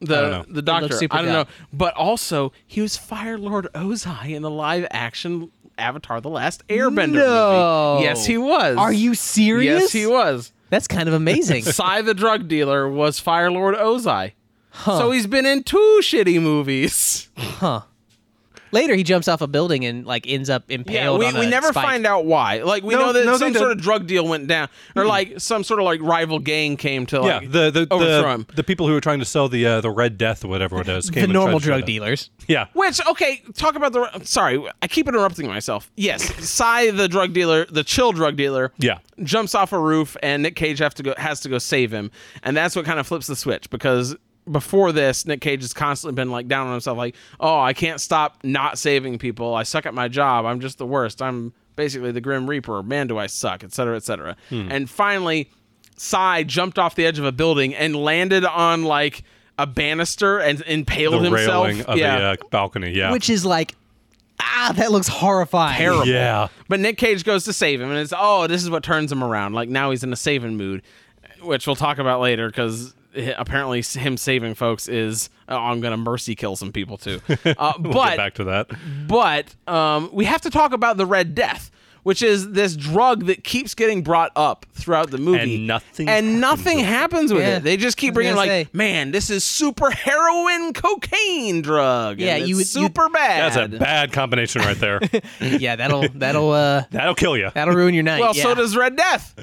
A: the
C: don't know.
A: the
B: He
A: doctor.
B: looks super
A: I don't know,
B: dumb.
A: but also he was Fire Lord Ozai in the live action Avatar: The Last Airbender
B: No.
A: movie. Yes, he was.
B: Are you serious?
A: Yes, he was.
B: That's kind of amazing.
A: Psy the drug dealer was Fire Lord Ozai. So he's been in two shitty movies.
B: Later, he jumps off a building and like ends up
A: Yeah,
B: impaled.
A: we,
B: on a
A: we never
B: spike.
A: find out why. Like we
C: No,
A: know that
C: no, they
A: some
C: don't. Mm-hmm.
A: sort of drug deal went down, or like some sort of like rival gang came to
C: Yeah,
A: like
C: the the
A: overthrow him.
C: the, the people who were trying to sell the uh, the Red Death, or whatever it is, came
B: the
C: and
B: normal
C: tried to
B: drug
C: shut it.
B: dealers.
C: Yeah,
A: Which okay, talk about the. I'm Sorry, I keep interrupting myself. Yes, Psy, the drug dealer, the chill drug dealer,
C: Yeah.
A: jumps off a roof, and Nick Cage have to go has to go save him, and that's what kind of flips the switch because before this, Nick Cage has constantly been like down on himself, like, oh, I can't stop not saving people. I suck at my job. I'm just the worst. I'm basically the Grim Reaper. Man, do I suck, et cetera, et cetera.
C: Hmm.
A: And finally, Psy jumped off the edge of a building and landed on like. A banister and impaled
C: the
A: himself.
C: railing of
A: yeah.
C: the uh, balcony. Yeah,
B: which is like, ah, that looks horrifying.
A: terrible.
C: Yeah.
A: But Nick Cage goes to save him, and it's oh, this is what turns him around. Like now he's in a saving mood, which we'll talk about later because apparently s- him saving folks is oh, I'm gonna mercy kill some people too. Uh,
C: we'll
A: but
C: get back to that.
A: but um, we have to talk about the Red Death. Which is this drug that keeps getting brought up throughout the movie,
C: And nothing
A: and
C: happens
A: nothing
C: with it.
A: happens with
B: Yeah.
A: it. They just
B: I
A: keep
B: was
A: bringing
B: gonna
A: like,
B: say.
A: man, this is super heroin cocaine drug.
B: Yeah,
A: and it's
B: you would- you'd-
A: super bad.
C: That's a bad combination right there.
B: Yeah, that'll that'll uh
C: That'll kill you.
B: that'll ruin your night.
A: well, so
B: yeah.
A: does Red Death.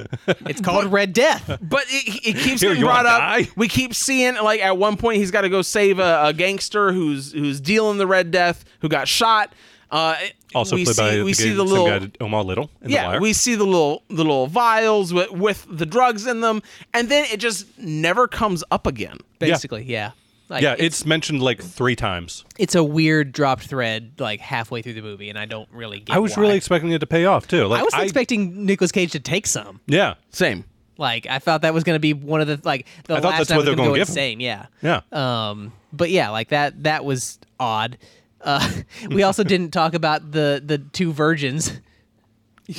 B: it's called Red Death.
A: But it, it keeps
C: Here,
A: getting
C: you
A: brought
C: wanna
A: up.
C: die?
A: We keep seeing like at one point he's got to go save a, a gangster who's who's dealing the Red Death who got shot. Uh,
C: Also
A: we
C: played
A: see,
C: by
A: we
C: the
A: see
C: game-
A: the
C: same
A: little
C: guy that- Omar Little. In the
A: yeah
C: Wire.
A: we see the little the little vials with, with the drugs in them, and then it just never comes up again.
B: Basically, yeah. Like,
C: yeah, it's mentioned like three times.
B: it's a weird dropped thread like halfway through the movie, and I don't really get.
C: I was
B: why.
C: really expecting it to pay off too. Like
B: I was expecting Nicolas Cage to take some.
C: Yeah,
A: Same.
B: Like I thought that was going to be one of the like the
C: I thought
B: last
C: that's
B: time
C: what
B: I
C: they're
B: was
C: gonna
B: go
C: give him.
B: insane. Yeah.
C: yeah.
A: Uh,
B: Um, but yeah, like that that was odd. Uh, we also didn't talk about the the two virgins.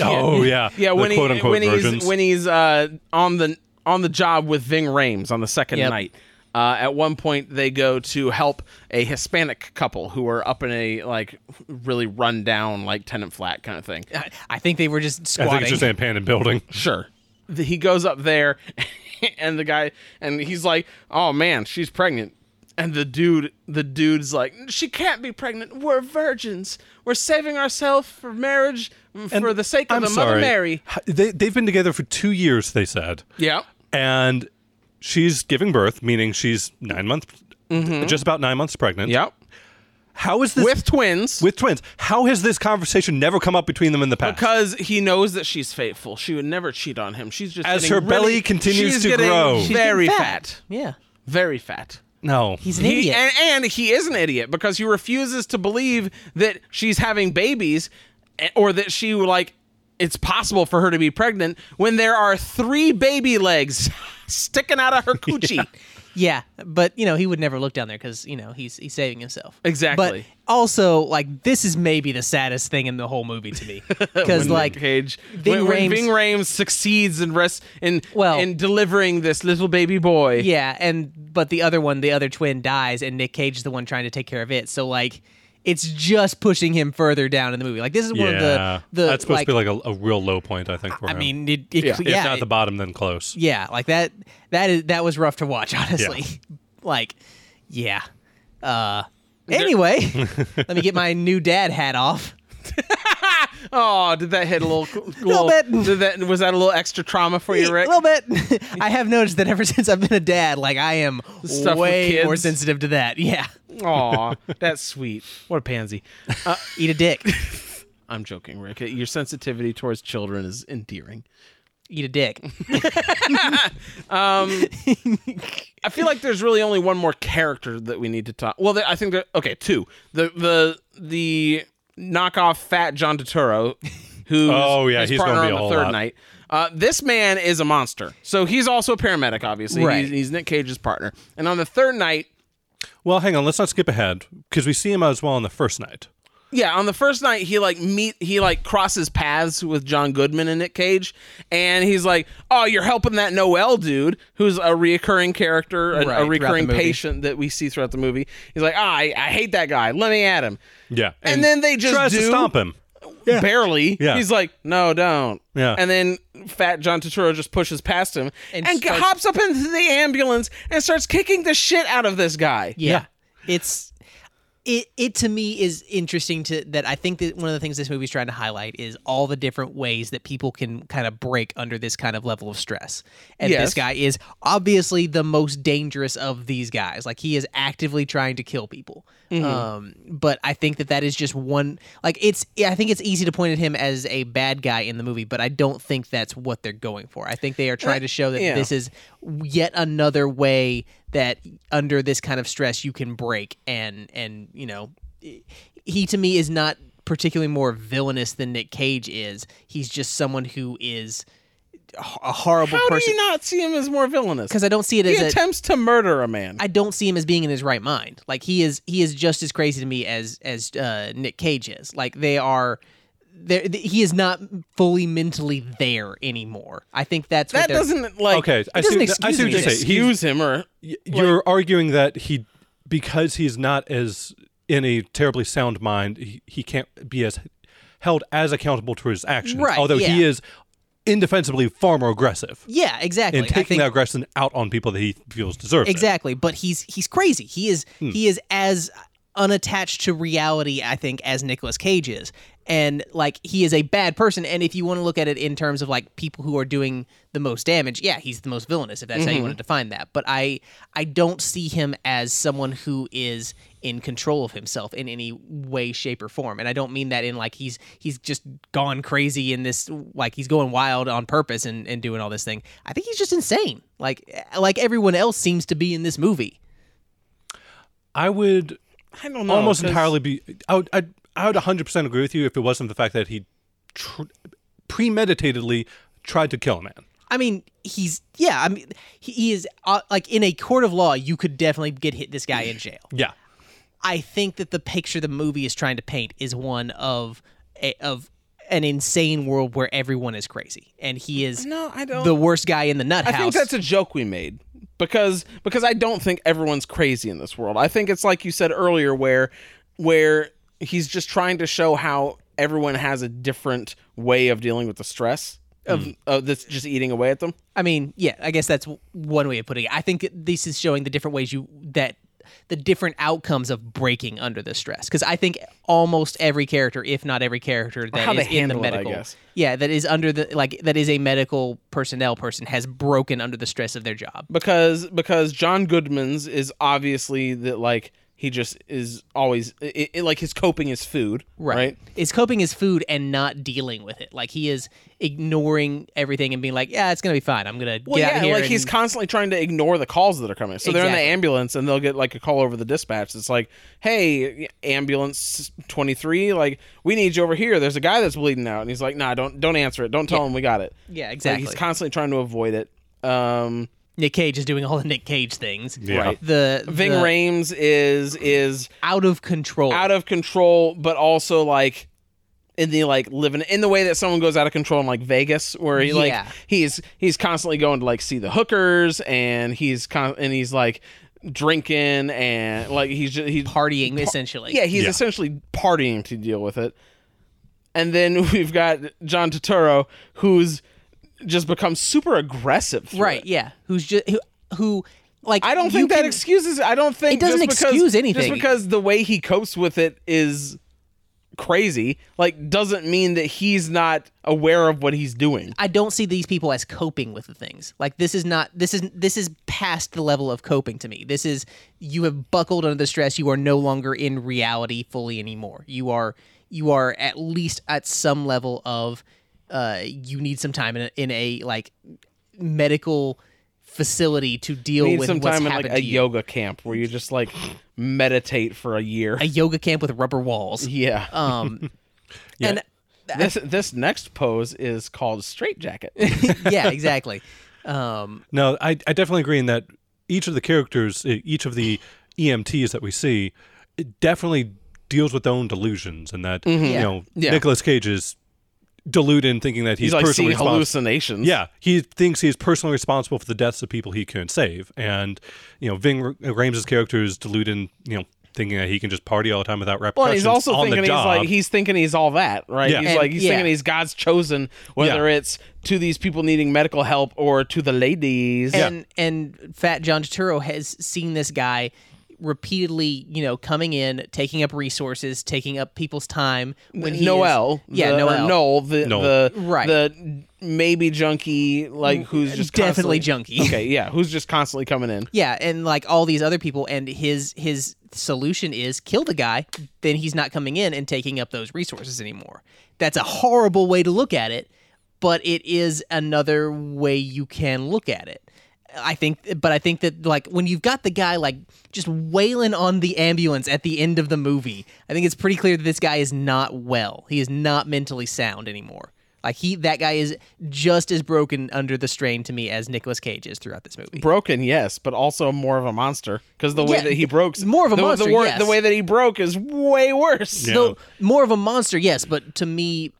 C: oh yeah.
A: Yeah,
C: The
A: when he
C: quote-unquote
A: when
C: virgins.
A: he's when he's uh, on the on the job with Ving Rames on the second
B: Yep.
A: night. Uh, at one point, they go to help a Hispanic couple who are up in a like really run down like tenant flat kind of thing.
B: I, I think they were just
C: I
B: squatting.
C: think it's just an abandoned building.
A: Sure. The- He goes up there, and the guy and he's like, "Oh man, she's pregnant." And the dude, the dude's like, "She can't be pregnant. We're virgins. We're saving ourselves for marriage mm, for the sake of
C: I'm
A: the
C: sorry.
A: Mother Mary."
C: H- They they've been together for two years. They said.
A: Yeah.
C: and she's giving birth, meaning she's nine months, just about nine months pregnant.
A: Yep.
C: How is this
A: Mm-hmm. With twins.
C: with twins? How has this conversation never come up between them in the past?
A: because he knows that she's faithful. She would never cheat on him. She's just
C: As
A: getting
C: her belly
A: really-
C: continues
A: she's
C: to
A: getting
C: grow. She's
B: She's getting
A: very fat.
B: Yeah,
A: very fat.
C: no,
B: he's an
A: He,
B: idiot.
A: and, and he is an idiot because he refuses to believe that she's having babies, eh, or that she like it's possible for her to be pregnant when there are three baby legs sticking out of her coochie.
B: Yeah, but you know he would never look down there because you know he's he's saving himself.
A: Exactly.
B: But also, like this is maybe the saddest thing in the whole movie to me because like
A: Nick Cage,
B: Ving
A: when, when
B: Rhames-
A: Ving Rhames succeeds in rest in
B: Well-
A: in delivering this little baby boy.
B: yeah, and but the other one, the other twin dies, and Nick Cage is the one trying to take care of it. So like. It's just pushing him further down in the movie. Like this is
C: yeah,
B: one of the the
C: that's supposed
B: like,
C: to be like a, a real low point, I think. For
B: I
C: him.
B: mean, it,
A: Yeah.
B: it, yeah,
A: If
C: if not
B: it-
C: the bottom, then close.
B: yeah, like that. That is that was rough to watch, honestly. like, yeah. Uh, anyway, let me get my new dad hat off.
A: Oh, did that hit a little? little,
B: bit.
A: Did that was that a little extra trauma for you, Rick?
B: A little bit. I have noticed that ever since I've been a dad, like I am
A: Stuff with
B: way more
A: kids.
B: sensitive to that. Yeah,
A: Aw, that's sweet. What a pansy.
B: eat a dick,
A: I'm joking, Rick. Your sensitivity towards children is endearing.
B: eat a dick.
A: I feel like there's really only one more character that we need to talk. Well, there, I think there. Okay, two. The the the knockoff fat John Turturro, who
C: Oh, yeah, he's gonna
A: partner
C: be a
A: on
C: whole
A: the third
C: lot.
A: night. Uh, this man is a monster. So he's also a paramedic, obviously.
B: Right.
A: He's, he's Nick Cage's partner. And on the third night,
C: Well, hang on. Let's not skip ahead because we see him as well on the first night.
A: Yeah, on the first night he like meet he like crosses paths with John Goodman and Nick Cage, and he's like, "Oh, you're helping that Noel dude, who's a reoccurring character, a,
B: Right,
A: a
B: throughout
A: recurring
B: the movie.
A: patient that we see throughout the movie." He's like, "Ah, I, I hate that guy. Let me at him."
C: Yeah,
A: And then they just
C: tries
A: do-
C: to stomp him.
A: Barely.
C: Yeah.
A: He's like, "No, don't."
C: Yeah.
A: And then Fat John Turturro just pushes past him and,
B: And
A: g-
B: starts-
A: hops up into the ambulance and starts kicking the shit out of this guy.
B: Yeah. It's it it to me is interesting to that I think that one of the things this movie's trying to highlight is all the different ways that people can kind of break under this kind of level of stress. And
A: Yes.
B: this guy is obviously the most dangerous of these guys. Like he is actively trying to kill people.
A: Mm-hmm.
B: Um, but I think that that is just one. Like it's I think it's easy to point at him as a bad guy in the movie, but I don't think that's what they're going for. I think they are trying to show that
A: yeah.
B: this is yet another way that under this kind of stress you can break and and you know he to me is not particularly more villainous than Nick Cage is. He's just someone who is a horrible
A: How do
B: person
A: you not see him as more villainous?
B: because I don't see it
A: he
B: as a
A: attempts to murder a man.
B: I don't see him as being in his right mind. Like he is he is just as crazy to me as as uh, Nick Cage is. Like they are there he is not fully mentally there anymore. I think that's what
A: that
B: they're-
A: doesn't like.
C: Okay, I
A: it doesn't
C: see- I see
A: excuse
C: what you're
A: him.
C: saying.
A: Excuse him or
C: Y- You're arguing that he, because he's not as in a terribly sound mind, he, he can't be as held as accountable to his actions.
B: Right,
C: Although he
B: yeah.
C: is indefensibly far more aggressive
B: Yeah, exactly.
C: in
B: I
C: taking
B: think
C: that aggression out on people that he feels deserves it.
B: exactly, but he's he's crazy. He is
C: Hmm.
B: he is as unattached to reality I think as Nicolas Cage is. And like he is a bad person and if you want to look at it in terms of like people who are doing the most damage, yeah, he's the most villainous if that's
A: Mm-hmm.
B: how you want to define that. But I I don't see him as someone who is in control of himself in any way shape or form and i don't mean that in like he's he's just gone crazy in this like he's going wild on purpose and, and doing all this thing i think he's just insane like like everyone else seems to be in this movie
C: I would
A: I don't know.
C: almost
A: 'cause-
C: entirely be. I would, I'd, I would 100% agree with you if it wasn't the fact that he tr- premeditatedly tried to kill a man.
B: i mean he's yeah i mean he, he is uh, like in a court of law you could definitely get hit this guy in jail
C: Yeah.
B: I think that the picture the movie is trying to paint is one of a, of an insane world where everyone is crazy and he is
A: No, I don't-
B: the worst guy in the nut
A: I
B: house.
A: think that's a joke we made because because I don't think everyone's crazy in this world. I think it's like you said earlier, where where he's just trying to show how everyone has a different way of dealing with the stress of, of this just eating away at them.
B: I mean, yeah, I guess that's w- one way of putting it. I think this is showing the different ways you that the different outcomes of breaking under the stress because I think almost every character, if not every character, that
A: how
B: is
A: they
B: in the
A: handle it, I
B: medical,
A: guess.
B: yeah, that is under the like that is a medical personnel person has broken under the stress of their job.
A: because because John Goodman's is obviously that like he just is always i i like his coping is food, right?
B: Is coping his food and not dealing with it. Like he is ignoring everything and being like, yeah, it's gonna be fine. I'm gonna
A: Well,
B: get out
A: yeah,
B: of here.
A: like he's
B: and-
A: constantly trying to ignore the calls that are coming. So they're in the
B: Exactly.
A: ambulance and they'll get like a call over the dispatch. It's like, "Hey, ambulance 23, like we need you over here. There's a guy that's bleeding out." And he's like, "Nah, don't don't answer it. Don't tell him we got it."
B: yeah,
A: Like,
B: exactly.
A: he's constantly trying to avoid it. Um
B: Nick Cage is doing all the Nick Cage things.
C: Yeah. Right.
B: The
A: Ving
B: the
A: Rhames is is
B: out of control.
A: out of control, but also like in the like living in the way that someone goes out of control in like Vegas, where he like
B: Yeah.
A: he's he's constantly going to like see the hookers, and he's con- and he's like drinking and like he's just, he's
B: partying essentially.
A: yeah he's
C: Yeah.
A: essentially partying to deal with it. And then we've got John Turturro, who's just become super aggressive, through
B: Right.
A: it.
B: Yeah. Who's just who who like
A: I don't
B: you
A: think that
B: can-
A: excuses. I don't think
B: It doesn't
A: just because-
B: excuse anything.
A: Just because the way he copes with it is crazy, like doesn't mean that he's not aware of what he's doing.
B: I don't see these people as coping with the things. Like this is not this is this is past the level of coping to me. This is you have buckled under the stress. You are no longer in reality fully anymore. You are you are at least at some level of uh you need some time in a, in a like medical facility to deal
A: Need
B: with
A: some
B: what's
A: time in like
B: happened
A: a
B: to you.
A: yoga camp where you just like meditate for a year.
B: a yoga camp with rubber walls.
A: yeah.
B: Um and
A: this this next pose is called straight jacket.
B: yeah, exactly. Um
C: No, I, I definitely agree in that each of the characters, uh, each of the EMTs that we see, it definitely deals with their own delusions and that, you
B: Yeah.
C: know,
A: Yeah.
C: Nicolas Cage is deluded in thinking that he's,
A: he's like
C: personally
A: seeing
C: responsible.
A: hallucinations.
C: Yeah, he thinks he's personally responsible for the deaths of people he couldn't save, and you know, Ving Rhames' character is deluded, in, you know, thinking that he can just party all the time without
A: Well, and
C: repercussions
A: he's also
C: on
A: thinking
C: the
A: he's
C: job.
A: like he's thinking he's all that, right?
C: Yeah.
A: He's
B: And-
A: like he's
B: yeah.
A: thinking he's God's chosen, whether it's to these people needing medical help or to the ladies.
B: and and Fat John Turturro has seen this guy repeatedly, you know, coming in, taking up resources, taking up people's time when he
A: Noel,
B: is, yeah,
A: the, or
B: Noel,
A: Noel, the,
C: Noel.
A: the
B: Right.
A: the maybe junkie, like who's just
B: definitely
A: constantly-
B: junkie.
A: Okay, yeah, who's just constantly coming in.
B: Yeah, and like all these other people, and his his solution is kill the guy. Then he's not coming in and taking up those resources anymore. That's a horrible way to look at it, but it is another way you can look at it. I think, but I think that like when you've got the guy like just wailing on the ambulance at the end of the movie, I think it's pretty clear that this guy is not well. He is not mentally sound anymore. Like he, that guy is just as broken under the strain to me as Nicolas Cage is throughout this movie.
A: Broken, yes, but also more of a monster because the way
B: Yeah,
A: that he broke,
B: more of a
A: the,
B: monster,
A: The, wor-
B: yes.
A: the way that he broke is way worse.
C: Yeah.
B: Though more of a monster, yes, but to me,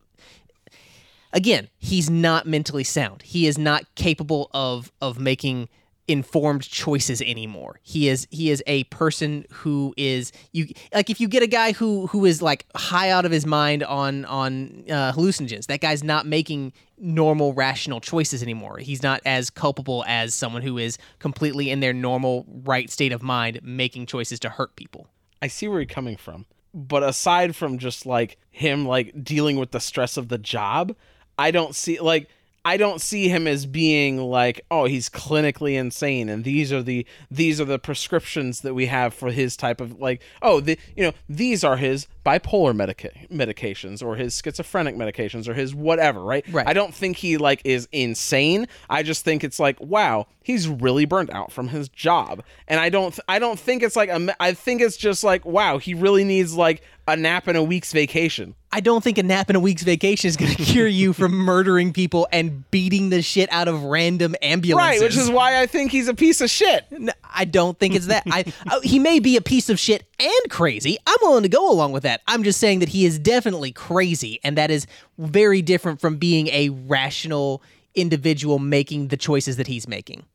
B: again, he's not mentally sound. He is not capable of of making informed choices anymore. He is he is a person who is you like if you get a guy who who is like high out of his mind on on uh, hallucinogens, that guy's not making normal rational choices anymore. He's not as culpable as someone who is completely in their normal right state of mind making choices to hurt people.
A: I see where you're coming from. But aside from just like him like dealing with the stress of the job, I don't see like I don't see him as being like, oh, he's clinically insane and these are the these are the prescriptions that we have for his type of like, oh, the you know, these are his bipolar medica- medications or his schizophrenic medications or his whatever, right?
B: Right.
A: I don't think he like is insane. I just think it's like, wow, he's really burnt out from his job. And I don't, I don't think it's like, a me- I think it's just like, wow, he really needs like a nap and a week's vacation.
B: I don't think a nap and a week's vacation is going to cure you from murdering people and beating the shit out of random
A: Right,
B: ambulances.
A: which is why I think he's a piece of shit.
B: N- I don't think it's that. I oh, he may be a piece of shit and crazy. I'm willing to go along with that. I'm just saying that he is definitely crazy, and that is very different from being a rational individual making the choices that he's making.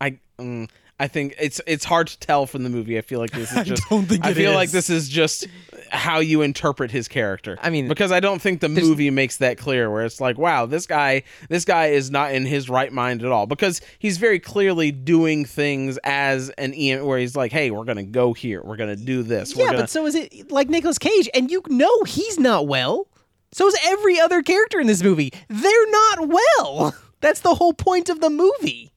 A: I, mm, I think it's it's hard to tell from the movie. I feel like this is just. I,
B: don't think it
A: feel
B: is.
A: like this is just how you interpret his character.
B: I mean,
A: because I don't think the movie makes that clear. Where it's like, wow, this guy, this guy is not in his right mind at all. Because he's very clearly doing things as an EM, where he's like, hey, we're gonna go here, we're gonna do this. we're
B: yeah,
A: gonna-
B: but so is it like Nicolas Cage, and you know he's not well. So is every other character in this movie. They're not well. That's the whole point of the movie.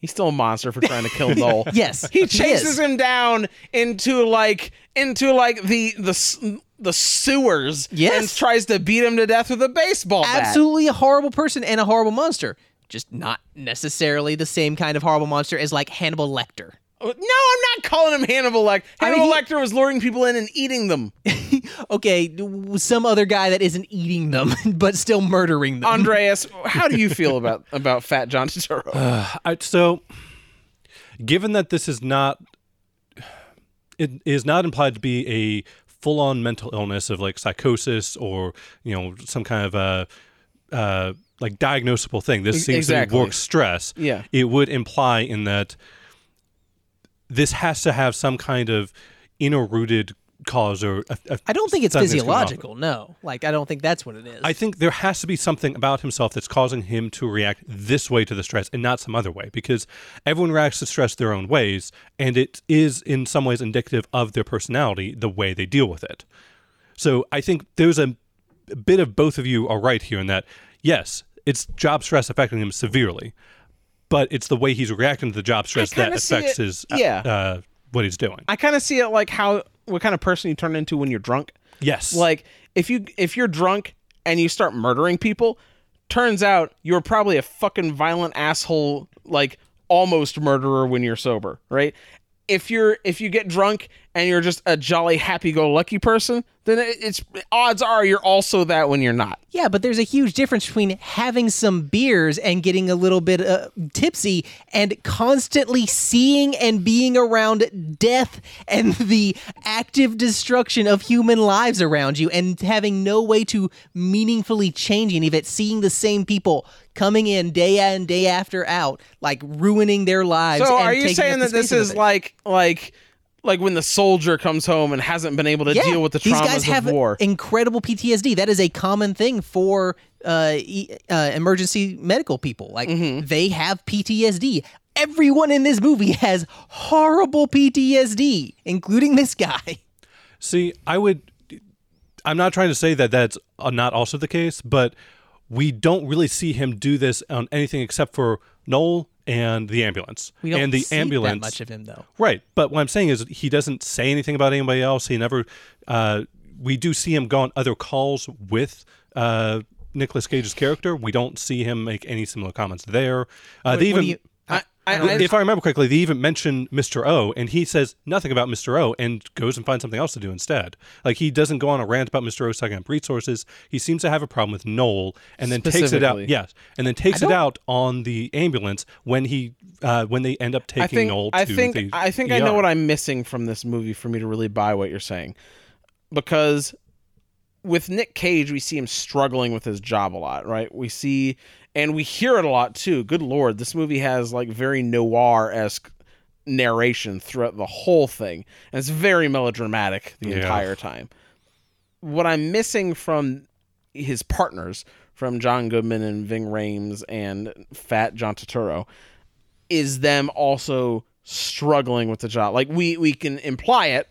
A: he's still a monster for trying to kill Noel.
B: Yes,
A: he
B: is.
A: chases him down into like into like the the s- the sewers
B: Yes.
A: and tries to beat him to death with a baseball bat.
B: Absolutely a horrible person and a horrible monster. Just not necessarily the same kind of horrible monster as like Hannibal Lecter.
A: Uh, No, I'm not calling him Hannibal Lecter.
B: I mean,
A: Hannibal
B: he-
A: Lecter was luring people in and eating them.
B: Okay, w- some other guy that isn't eating them but still murdering them.
A: Andreas, how do you feel about about Fat John Turturro?
B: Uh.
C: I, so, given that this is not, it is not implied to be a full-on mental illness of like psychosis or you know some kind of uh, uh, like diagnosable thing. This seems
A: E-, exactly.
C: to work stress.
A: Yeah.
C: it would imply in that this has to have some kind of inner rooted cause or a, a
B: I don't think it's
C: something's going on.
B: physiological, no. Like I don't think that's what it is.
C: I think there has to be something about himself that's causing him to react this way to the stress and not some other way because everyone reacts to stress their own ways and it is in some ways indicative of their personality the way they deal with it. So I think there's a bit of both of you are right here in that yes, it's job stress affecting him severely, but it's the way he's reacting to the job stress that
A: kinda see
C: affects
A: it-
C: his uh,
A: yeah.
C: uh, what he's doing.
A: I kind of see it like how what kind of person you turn into when you're drunk.
C: yes.
A: Like if you if you're drunk and you start murdering people, turns out you're probably a fucking violent asshole, like almost murderer when you're sober, right? If you're if you get drunk and you're just a jolly happy-go-lucky person, then it- it's odds are you're also that when you're not.
B: Yeah, but there's a huge difference between having some beers and getting a little bit uh, tipsy and constantly seeing and being around death and the active destruction of human lives around you and having no way to meaningfully change any of it, seeing the same people coming in day in, day after out, like ruining their lives.
A: So
B: and
A: are you
B: taking
A: saying
B: up the
A: that this
B: space of
A: is
B: it.
A: like like like when the soldier comes home and hasn't been able to
B: Yeah,
A: deal with the
B: these
A: traumas
B: guys have
A: of war?
B: Incredible PTSD. That is a common thing
A: Mm-hmm.
B: for uh, e- uh, emergency medical people. Like they have PTSD. everyone in this movie has horrible PTSD, including this guy.
C: See, I would. I'm not trying to say that that's uh, not also the case, but we don't really see him do this on anything except for Noel and the ambulance.
B: We don't
C: and the
B: see
C: ambulance.
B: that much of him though.
C: Right, but what I'm saying is he doesn't say anything about anybody else. He never. Uh, we do see him go on other calls with uh, Nicholas Cage's character. We don't see him make any similar comments there. Uh, they
B: What
C: even.
B: do you-
A: I,
C: Well,
A: I, I,
C: if I remember correctly, they even mention Mr. O, and he says nothing about Mr. O and goes and finds something else to do instead. Like, he doesn't go on a rant about Mr. O sucking up resources. He seems to have a problem with Noel and then takes it out.
A: Specifically.
C: Yes. And then takes it out on the ambulance when he, uh, when they end up taking
A: I think
C: Noel to
A: I think
C: the
A: I think I know
C: ER.
A: what I'm missing from this movie for me to really buy what you're saying, because with Nick Cage we see him struggling with his job a lot, right? We see and we hear it a lot too. Good lord, this movie has like very noir esque narration throughout the whole thing, and it's very melodramatic the
C: Yeah.
A: entire time. What I'm missing from his partners, from John Goodman and Ving Rhames and Fat John Turturro, is them also struggling with the job. Like we we can imply it,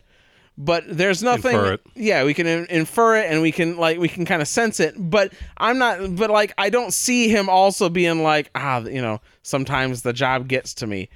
A: but there's nothing.
C: Infer it.
A: Yeah, we can in- infer it, and we can like we can kind of sense it. But I'm not. But like I don't see him also being like ah you know sometimes the job gets to me.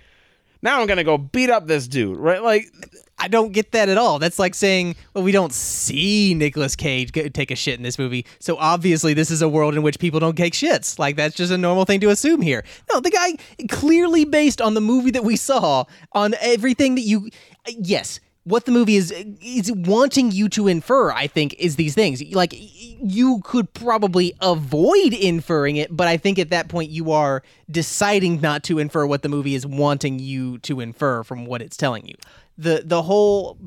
A: Now I'm gonna go beat up this dude, right? Like
B: I don't get that at all. That's like saying, well, we don't see Nicolas Cage go- take a shit in this movie. So obviously, this is a world in which people don't take shits. Like, that's just a normal thing to assume here. No, the guy, clearly based on the movie that we saw, on everything that you. Yes. What the movie is is wanting you to infer, I think, is these things. Like y- you could probably avoid inferring it, but I think at that point you are deciding not to infer what the movie is wanting you to infer from what it's telling you the the whole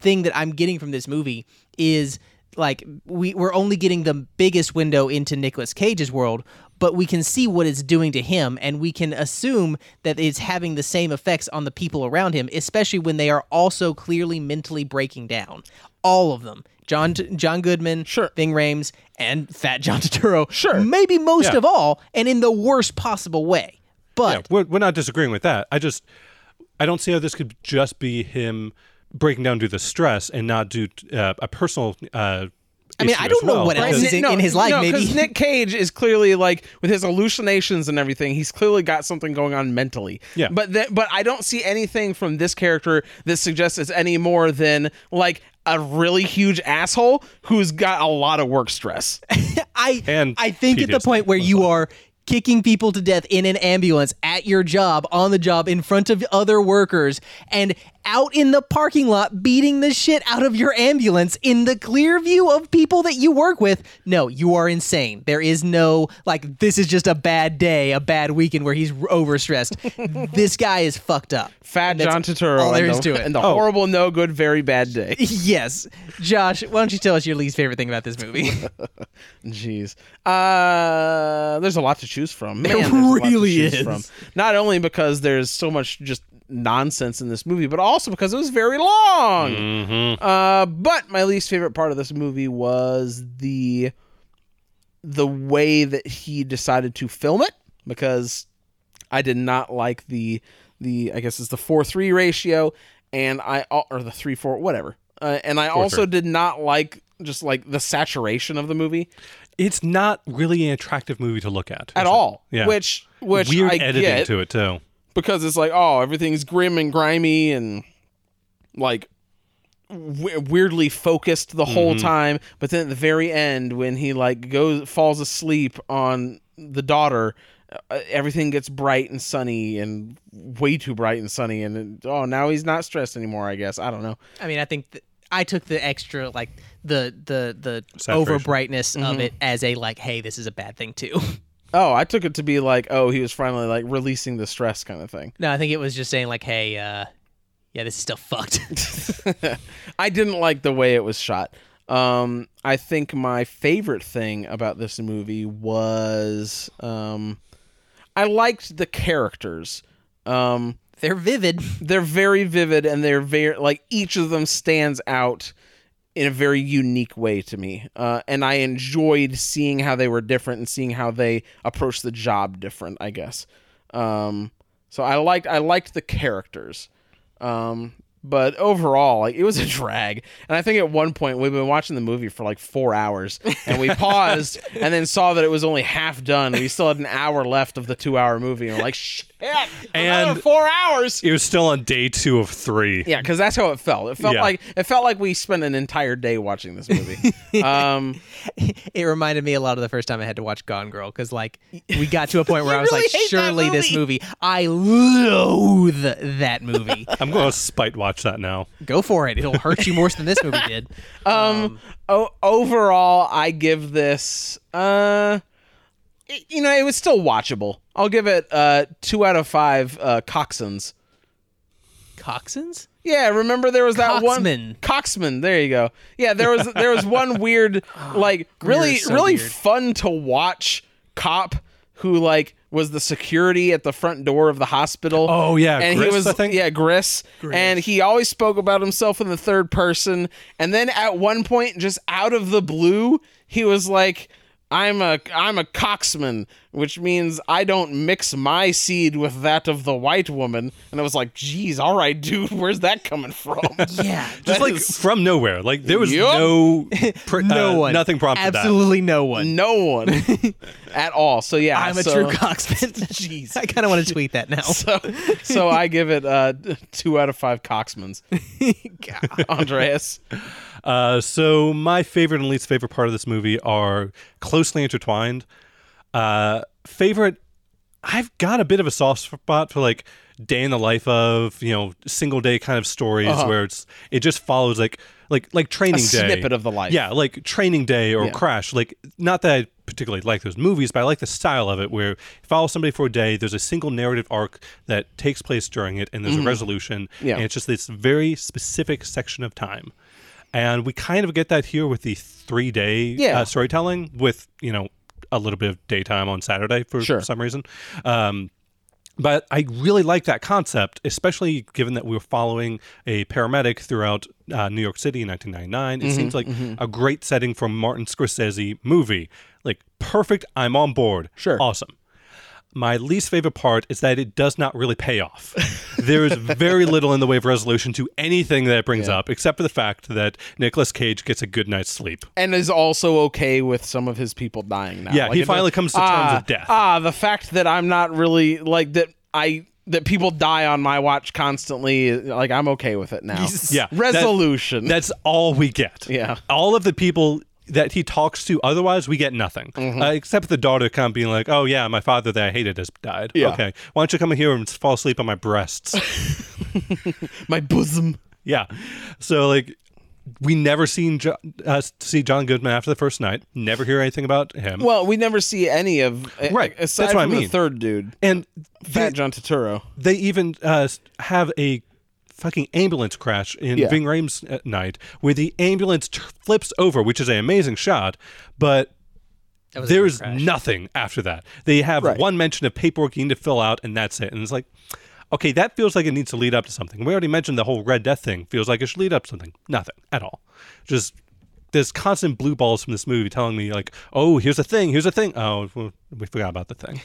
B: thing that I'm getting from this movie is like we we're only getting the biggest window into Nicolas Cage's world, but we can see what it's doing to him and we can assume that it's having the same effects on the people around him, especially when they are also clearly mentally breaking down. All of them. John John Goodman, sure. Bing Rames, and Fat John Turturro. Sure. Maybe most
C: Yeah.
B: of all, and in the worst possible way. But
C: Yeah, we're, we're not disagreeing with that. I just, I don't see how this could just be him breaking down due to stress and not due to uh, a personal. Uh,
B: I mean,
C: issue
B: I
C: as
B: don't know
C: well,
B: what else
C: because-
B: is in- his life, maybe.
A: 'cause Nick Cage is clearly like with his hallucinations and everything, he's clearly got something going on mentally.
C: Yeah.
A: But th- but I don't see anything from this character that suggests it's any more than like a really huge asshole who's got a lot of work stress.
B: I
C: And
B: I think at the
C: PTSD
B: point where you are kicking people to death in an ambulance at your job on the job in front of other workers and out in the parking lot beating the shit out of your ambulance in the clear view of people that you work with no you are insane there is no like this is just a bad day a bad weekend where he's r- overstressed this guy is fucked up
A: Fat
B: That's
A: John Turturro.
B: all there
A: and
B: is
A: the,
B: to it Oh.
A: And the horrible, no good, very bad day.
B: yes josh why don't you tell us your least favorite thing about this movie
A: Jeez. Uh, there's a lot to choose from. Man, there's a lot to
B: really
A: choose
B: is.
A: Not only because there's so much just nonsense in this movie, but also because it was very long.
B: Mm-hmm.
A: Uh, but my least favorite part of this movie was the the way that he decided to film it because I did not like the the I guess it's the four three ratio, and I al- or the three four whatever, uh, and I also did not like just like the saturation of the movie
C: it's not really an attractive movie to look at
A: at
C: is it?
A: all.
C: Yeah.
A: Which which
C: weird
A: I
C: editing
A: get
C: to it too.
A: because it's like oh everything's grim and grimy and like we- weirdly focused the whole
C: Mm-hmm.
A: time but then at the very end when he like goes falls asleep on the daughter uh, everything gets bright and sunny and way too bright and sunny and oh now he's not stressed anymore i guess i don't know
B: I mean, I think th- I took the extra like the the the
C: Saturation.
B: over brightness of it as a like, hey, this is a bad thing too.
A: oh i took it to be like oh he was finally like releasing the stress kind of thing
B: no, I think it was just saying like, hey, uh, yeah, this is still fucked.
A: I didn't like the way it was shot. Um, I think my favorite thing about this movie was um, I liked the characters. Um,
B: They're vivid.
A: they're very vivid and they're very like each of them stands out in a very unique way to me uh, and i enjoyed seeing how they were different and seeing how they approached the job different i guess um, So I liked I liked the characters. Um, but overall, like it was a drag. And I think at one point we've been watching the movie for like four hours, and we paused and then saw that it was only half done. We still had an hour left of the two-hour movie, and we're like, "Shit, another
C: And
A: four hours!"
C: it was still on day two of three.
A: Yeah, because that's how it felt. It felt
C: Yeah.
A: like it felt like we spent an entire day watching this movie. um,
B: it reminded me a lot of the first time I had to watch Gone Girl because like we got to a point where I was
A: really
B: like,
A: hate that
B: surely this
A: movie.
B: movie, I loathe that movie.
C: I'm going to spite watch that now.
B: Go for it; it'll hurt you worse than this movie did.
A: um, o- overall i give this uh it- you know it was still watchable i'll give it uh two out of five uh coxswains
B: Coxswains?
A: yeah remember there was that one
B: Coxman.
A: coxman there you go yeah there was there was one weird
C: Ah,
A: like really
B: so
A: really
B: weird.
A: fun to watch cop who like was the security at the front door of the hospital
C: Oh, yeah,
A: and he
C: Griss,
A: was
C: I think?
A: yeah Griss, and he always spoke about himself in the third person and then at one point just out of the blue he was like I'm a I'm a coxman which means I don't mix my seed with that of the white woman and I was like geez all right dude where's that coming from
B: Yeah,
C: Just like from nowhere. Like there was
A: Yup.
C: no, pr-
B: no
C: uh,
B: one,
C: nothing prompted that.
B: absolutely no one.
A: no one at all so yeah
B: I'm a
A: so-
B: true coxman. Jeez, I kind of want to tweet that now.
A: so, so I give it uh, two out of five coxmans Andreas
C: Uh, so my favorite and least favorite part of this movie are closely intertwined. Uh, favorite, I've got a bit of a soft spot for like day in the life of you know single day kind of stories
A: Uh-huh.
C: where it's it just follows like like like training day
A: snippet of the life.
C: Yeah, like Training Day or Crash. Like, not that I particularly like those movies, but I like the style of it where you follow somebody for a day, there's a single narrative arc that takes place during it, and there's a resolution.
A: Mm-hmm. Yeah.
C: And it's just this very specific section of time. And we kind of get that here with the three day
A: Yeah.
C: uh, storytelling with, you know, a little bit of daytime on Saturday for
A: Sure.
C: some reason. Um, but I really like that concept, especially given that we were following a paramedic throughout uh, New York City in 1999. It
A: Mm-hmm,
C: seems like a great setting for a Martin Scorsese movie. Like, perfect. I'm on board.
A: Sure.
C: Awesome. My least favorite part is that it does not really pay off. there is very little in the way of resolution to anything that it brings up, except for the fact that Nicolas Cage gets a good night's sleep.
A: and is also okay with some of his people dying now.
C: Yeah, he
A: it-
C: finally comes to terms
A: ah,
C: with death.
A: Ah, the fact that I'm not really like that. I that people die on my watch constantly. Like I'm okay with it now.
C: Yeah. that-
A: resolution.
C: that's all we get.
A: Yeah.
C: All of the people that he talks to, otherwise, we get nothing.
A: Mm-hmm.
C: Uh, except the daughter kind of being like, oh, yeah, my father that I hated has died.
A: Yeah.
C: Okay. Why don't you come here and fall asleep on my breasts?
A: my bosom.
C: yeah. So, like, we never seen jo- uh, see John Goodman after the first night. Never hear anything about him.
A: Well, we never see any of
C: Right,
A: a- Aside
C: that's what I
A: from the
C: mean.
A: third dude,
C: and
A: Fat
C: they,
A: John Turturro.
C: they even uh, have a fucking ambulance crash in
A: Yeah.
C: Ving Rhames at night where the ambulance t- flips over, which is an amazing shot, but
B: That was a
C: there
B: good
C: is
B: crash.
C: nothing after that. They have
A: Right.
C: one mention of paperwork you need to fill out, and that's it. And it's like, okay, that feels like it needs to lead up to something. We already mentioned the whole Red Death thing. Feels like it should lead up to something. Nothing at all. Just there's constant blue balls from this movie telling me like, oh, here's a thing, here's a thing. Oh, well, we forgot about the thing.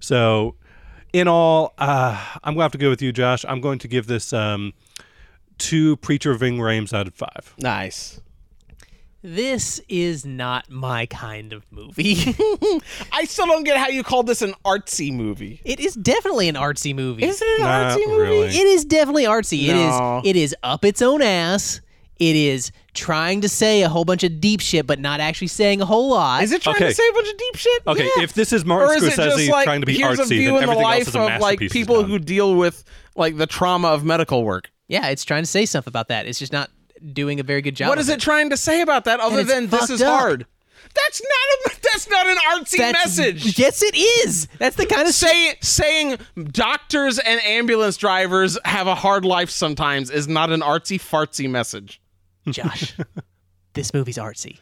C: so, in all, uh, I'm gonna have to go with you, Josh. I'm going to give this um, two preacher Ving Rames out of five.
A: Nice.
B: This is not my kind of movie.
A: I still don't get how you called this an artsy movie.
B: it is definitely an artsy movie.
A: Isn't it an
C: Not
A: artsy movie?
C: really.
B: It is definitely artsy.
A: No.
B: It is it is up its own ass. It is trying to say a whole bunch of deep shit, but not actually saying a whole lot.
A: Is it trying to
C: Okay.
A: say a bunch of deep shit?
C: Okay,
A: Yeah.
C: if this is Martin
A: or is it
C: Scorsese
A: just like
C: trying to be
A: here's a
C: artsy,
A: view
C: then
A: in the
C: everything else
A: life
C: is a
A: of like
C: masterpiece he's
A: people
C: done.
A: who deal with like the trauma of medical work?
B: Yeah, it's trying to say stuff about that. It's just not doing a very good job.
A: What
B: of
A: is it trying to say about that other
B: it's
A: than this
B: fucked
A: is
B: up.
A: hard? That's not a that's not an artsy
B: That's-
A: message.
B: Yes, it is. That's the kind of shit.
A: Say, saying doctors and ambulance drivers have a hard life sometimes is not an artsy fartsy message.
B: Josh, this movie's artsy.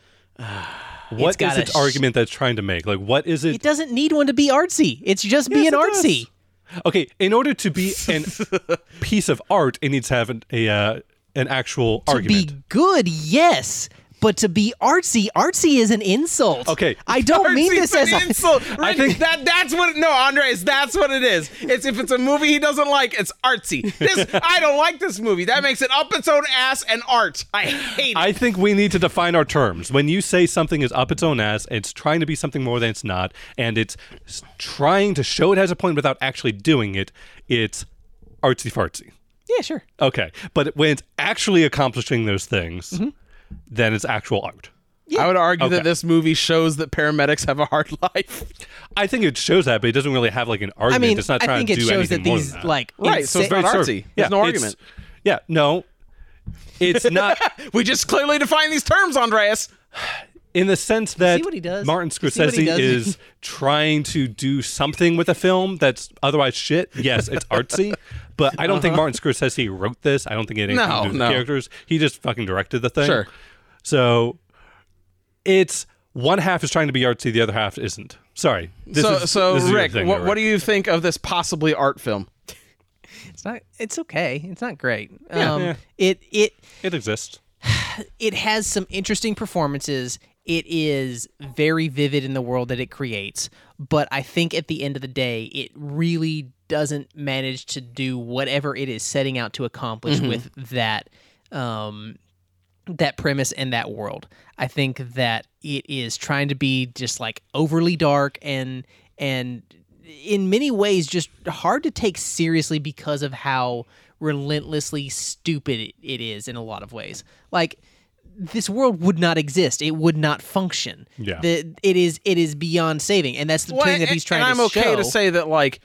C: What is
B: got a
C: its
B: sh-
C: argument that's trying to make? Like, what is it?
B: It doesn't need one to be artsy. It's just being
C: it
B: artsy.
C: okay, in order to be an piece of art, it needs to have an, a uh, an actual
B: To
C: argument.
B: be good, yes, But to be artsy, artsy is an insult.
C: Okay.
B: I don't mean
A: Artsy's
B: this as
A: an
B: a-
A: insult.
C: I
A: Rick,
C: think-
A: that that's what no, Andres, that's what it is. It's if it's a movie he doesn't like, it's artsy. This I don't like this movie. That makes it up its own ass and art. I hate it.
C: I think we need to define our terms. When you say something is up its own ass, it's trying to be something more than it's not, and it's s- trying to show it has a point without actually doing it, it's artsy fartsy.
B: yeah, sure.
C: Okay. But when it's actually accomplishing those things,
B: Mm-hmm.
C: then it's actual art.
A: I would argue
C: Okay.
A: that this movie shows that paramedics have a hard life.
C: I think it shows that, but it doesn't really have like an
B: I
C: argument.
B: mean,
C: it's not
B: I
C: trying
B: think
C: to
B: it
C: do
B: shows
C: anything
B: that
C: more
B: these
C: than that.
B: like
A: Right, so it's
B: insa-
A: very
C: Sure.
A: artsy. There's no argument.
C: Yeah, no. It's not
A: We just clearly define these terms, Andreas.
C: in the sense that
B: what he does?
C: Martin
B: You see what he
C: Scorsese
B: does?
C: is trying to do something with a film that's otherwise shit. Yes, it's artsy, but I don't think Martin Scorsese wrote this. I don't think it had anything
A: No,
C: to do with
A: Uh-huh. no.
C: the characters. He just fucking directed the thing.
A: Sure.
C: So it's one half is trying to be artsy, the other half isn't. Sorry. This
A: so,
C: is,
A: so
C: this is your
A: Rick,
C: thing,
A: what,
C: Rick.
A: what do you think of this possibly art film?
B: It's not. It's okay. It's not great. um, It it
C: It exists.
B: it has some interesting performances. It is very vivid in the world that it creates, but I think at the end of the day, it really doesn't manage to do whatever it is setting out to accomplish
C: Mm-hmm.
B: with that um, that premise and that world. I think that it is trying to be just like overly dark and and in many ways just hard to take seriously because of how relentlessly stupid it- it is in a lot of ways. Like this world would not exist. It would not function.
C: Yeah.
B: The, it is it is beyond saving and that's the thing that
A: and-
B: he's trying
A: and
B: to
A: I'm okay
B: show.
A: to say that like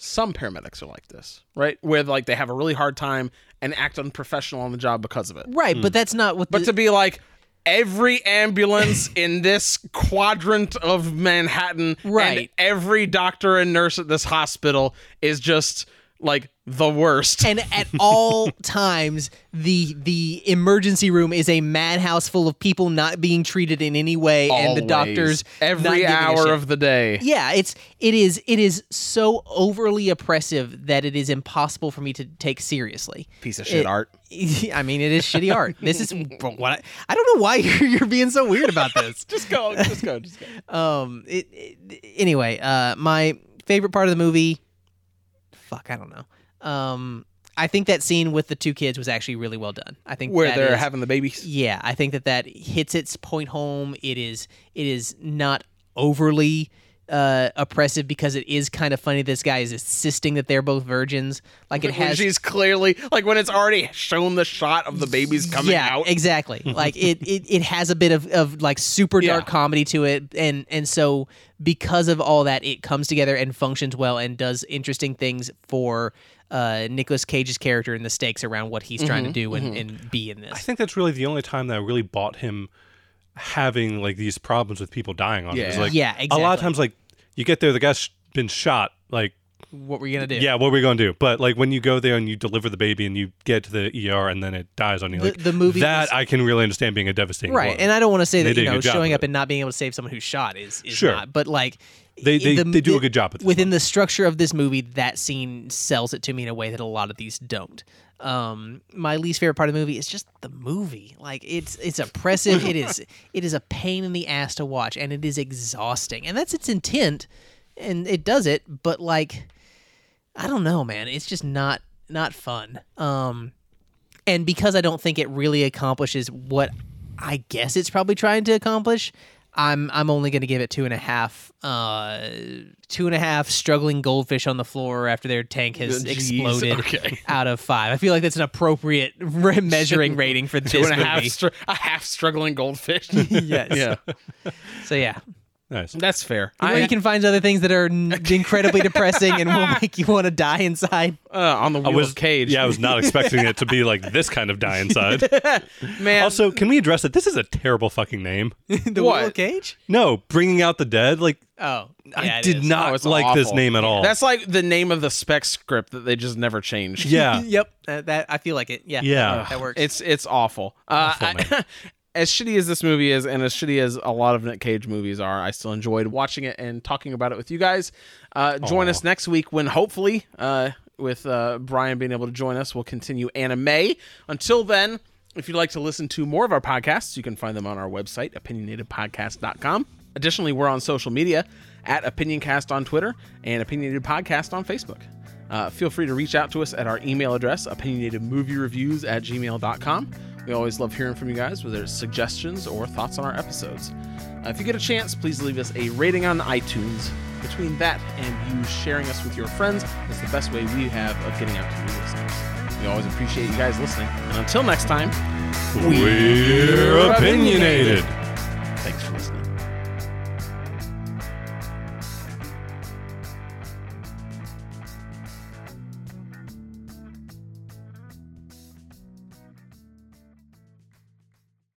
A: some paramedics are like this, right? Where like they have a really hard time and act unprofessional on the job because of it.
B: right, but that's not what
A: But
B: the,
A: to be like every ambulance in this quadrant of Manhattan, and
B: Right.
A: every doctor and nurse at this hospital is just like the worst.
B: and at all times the the emergency room is a madhouse full of people not being treated in any way and the
A: Always.
B: doctors not
A: every
B: giving a
A: hour
B: shit.
A: of the day.
B: yeah it's it is it is so overly oppressive that it is impossible for me to take seriously
A: Piece of shit
B: It-
A: art.
B: i mean it is shitty art this is but what I, I don't know why you're, you're being so weird about this
A: Just go, just go, just go.
B: um it, it- anyway uh my favorite part of the movie fuck i don't know um i think that scene with the two kids was actually really well done i think
A: Where
B: that
A: they're
B: is-
A: having the babies.
B: yeah i think that that hits its point home it is it is not overly uh, oppressive because it is kind of funny this guy is insisting that they're both virgins like it
A: When
B: has
A: she's clearly like when it's already shown the shot of the babies coming
B: yeah,
A: out.
B: exactly. Like it, it, it has a bit of, of like super dark
A: Yeah.
B: comedy to it, and and so because of all that, it comes together and functions well and does interesting things for uh, Nicolas Cage's character and the stakes around what he's trying to do and, and be in
C: I
B: this.
C: think that's really the only time that I really bought him having like these problems with people dying on him. It's
A: Yeah.
C: Like,
B: Yeah,
C: A lot
B: exactly.
C: of times, like you get there, the guy's sh- been shot. Like,
B: What were you gonna do?
C: yeah, what are we gonna do? But like when you go there and you deliver the baby and you get to the ER and then it dies on you,
B: The-
C: like
B: the movie
C: that
B: was-
C: I can really understand being a devastating.
B: Right,
C: blow.
B: and I don't want to say
C: They
B: that you
C: did a
B: know
C: good job
B: showing
C: with
B: up and not being able to save someone who's shot is, is
C: Sure.
B: not, but like
C: They-
B: i-
C: they- they do a good job with this
B: within the structure of this movie. That scene sells it to me in a way that a lot of these don't. Um, my least favorite part of the movie is just the movie. Like it's it's oppressive. it is it is a pain in the ass to watch, and it is exhausting, and that's its intent, and it does it. But like, I don't know, man. It's just not not fun. Um, and because I don't think it really accomplishes what I guess it's probably trying to accomplish, I'm I'm only going to give it two and a half, uh, two and a half struggling goldfish on the floor after their tank has
A: Jeez,
B: exploded
A: okay.
B: out of five. I feel like that's an appropriate re- measuring rating for this
A: Two and a
B: movie.
A: half, str- a half struggling goldfish.
B: yes.
A: yeah,
B: So yeah,
C: nice.
A: that's fair.
B: I,
A: I-
B: you can find other things that are n- incredibly depressing and will make you want to die inside.
A: uh, on the wheel
C: I was
A: of cage.
C: Yeah, I was not expecting it to be like this kind of die inside.
A: man.
C: also, can we address that this is a terrible fucking name?
B: the
A: What?
B: Willow Cage.
C: No, bringing out the dead. Like
B: Oh, yeah,
C: I
B: it
C: did
B: is.
A: Oh,
C: not
A: it's
C: like this
A: awful.
C: name at all.
A: That's like the name of the spec script that they just never changed.
C: yeah.
B: Yep. That, that I feel like it. Yeah.
C: Yeah.
B: That works.
A: It's it's awful. Uh, I- as shitty as this movie is, and as shitty as a lot of Nick Cage movies are, I still enjoyed watching it and talking about it with you guys. Uh, join us next week when hopefully, uh, with uh, Brian being able to join us, we'll continue anime. Until then, If you'd like to listen to more of our podcasts, you can find them on our website, opinionatedpodcast.com. Additionally, we're on social media at OpinionCast on Twitter and Opinionated Podcast on Facebook. Uh, feel free to reach out to us at our email address, opinionatedmoviereviews at gmail.com. We always love hearing from you guys, whether it's suggestions or thoughts on our episodes. Uh, if you get a chance, please leave us a rating on iTunes. Between that and you sharing us with your friends is the best way we have of getting out to new listeners. We always appreciate you guys listening. And until next time,
C: We're opinionated.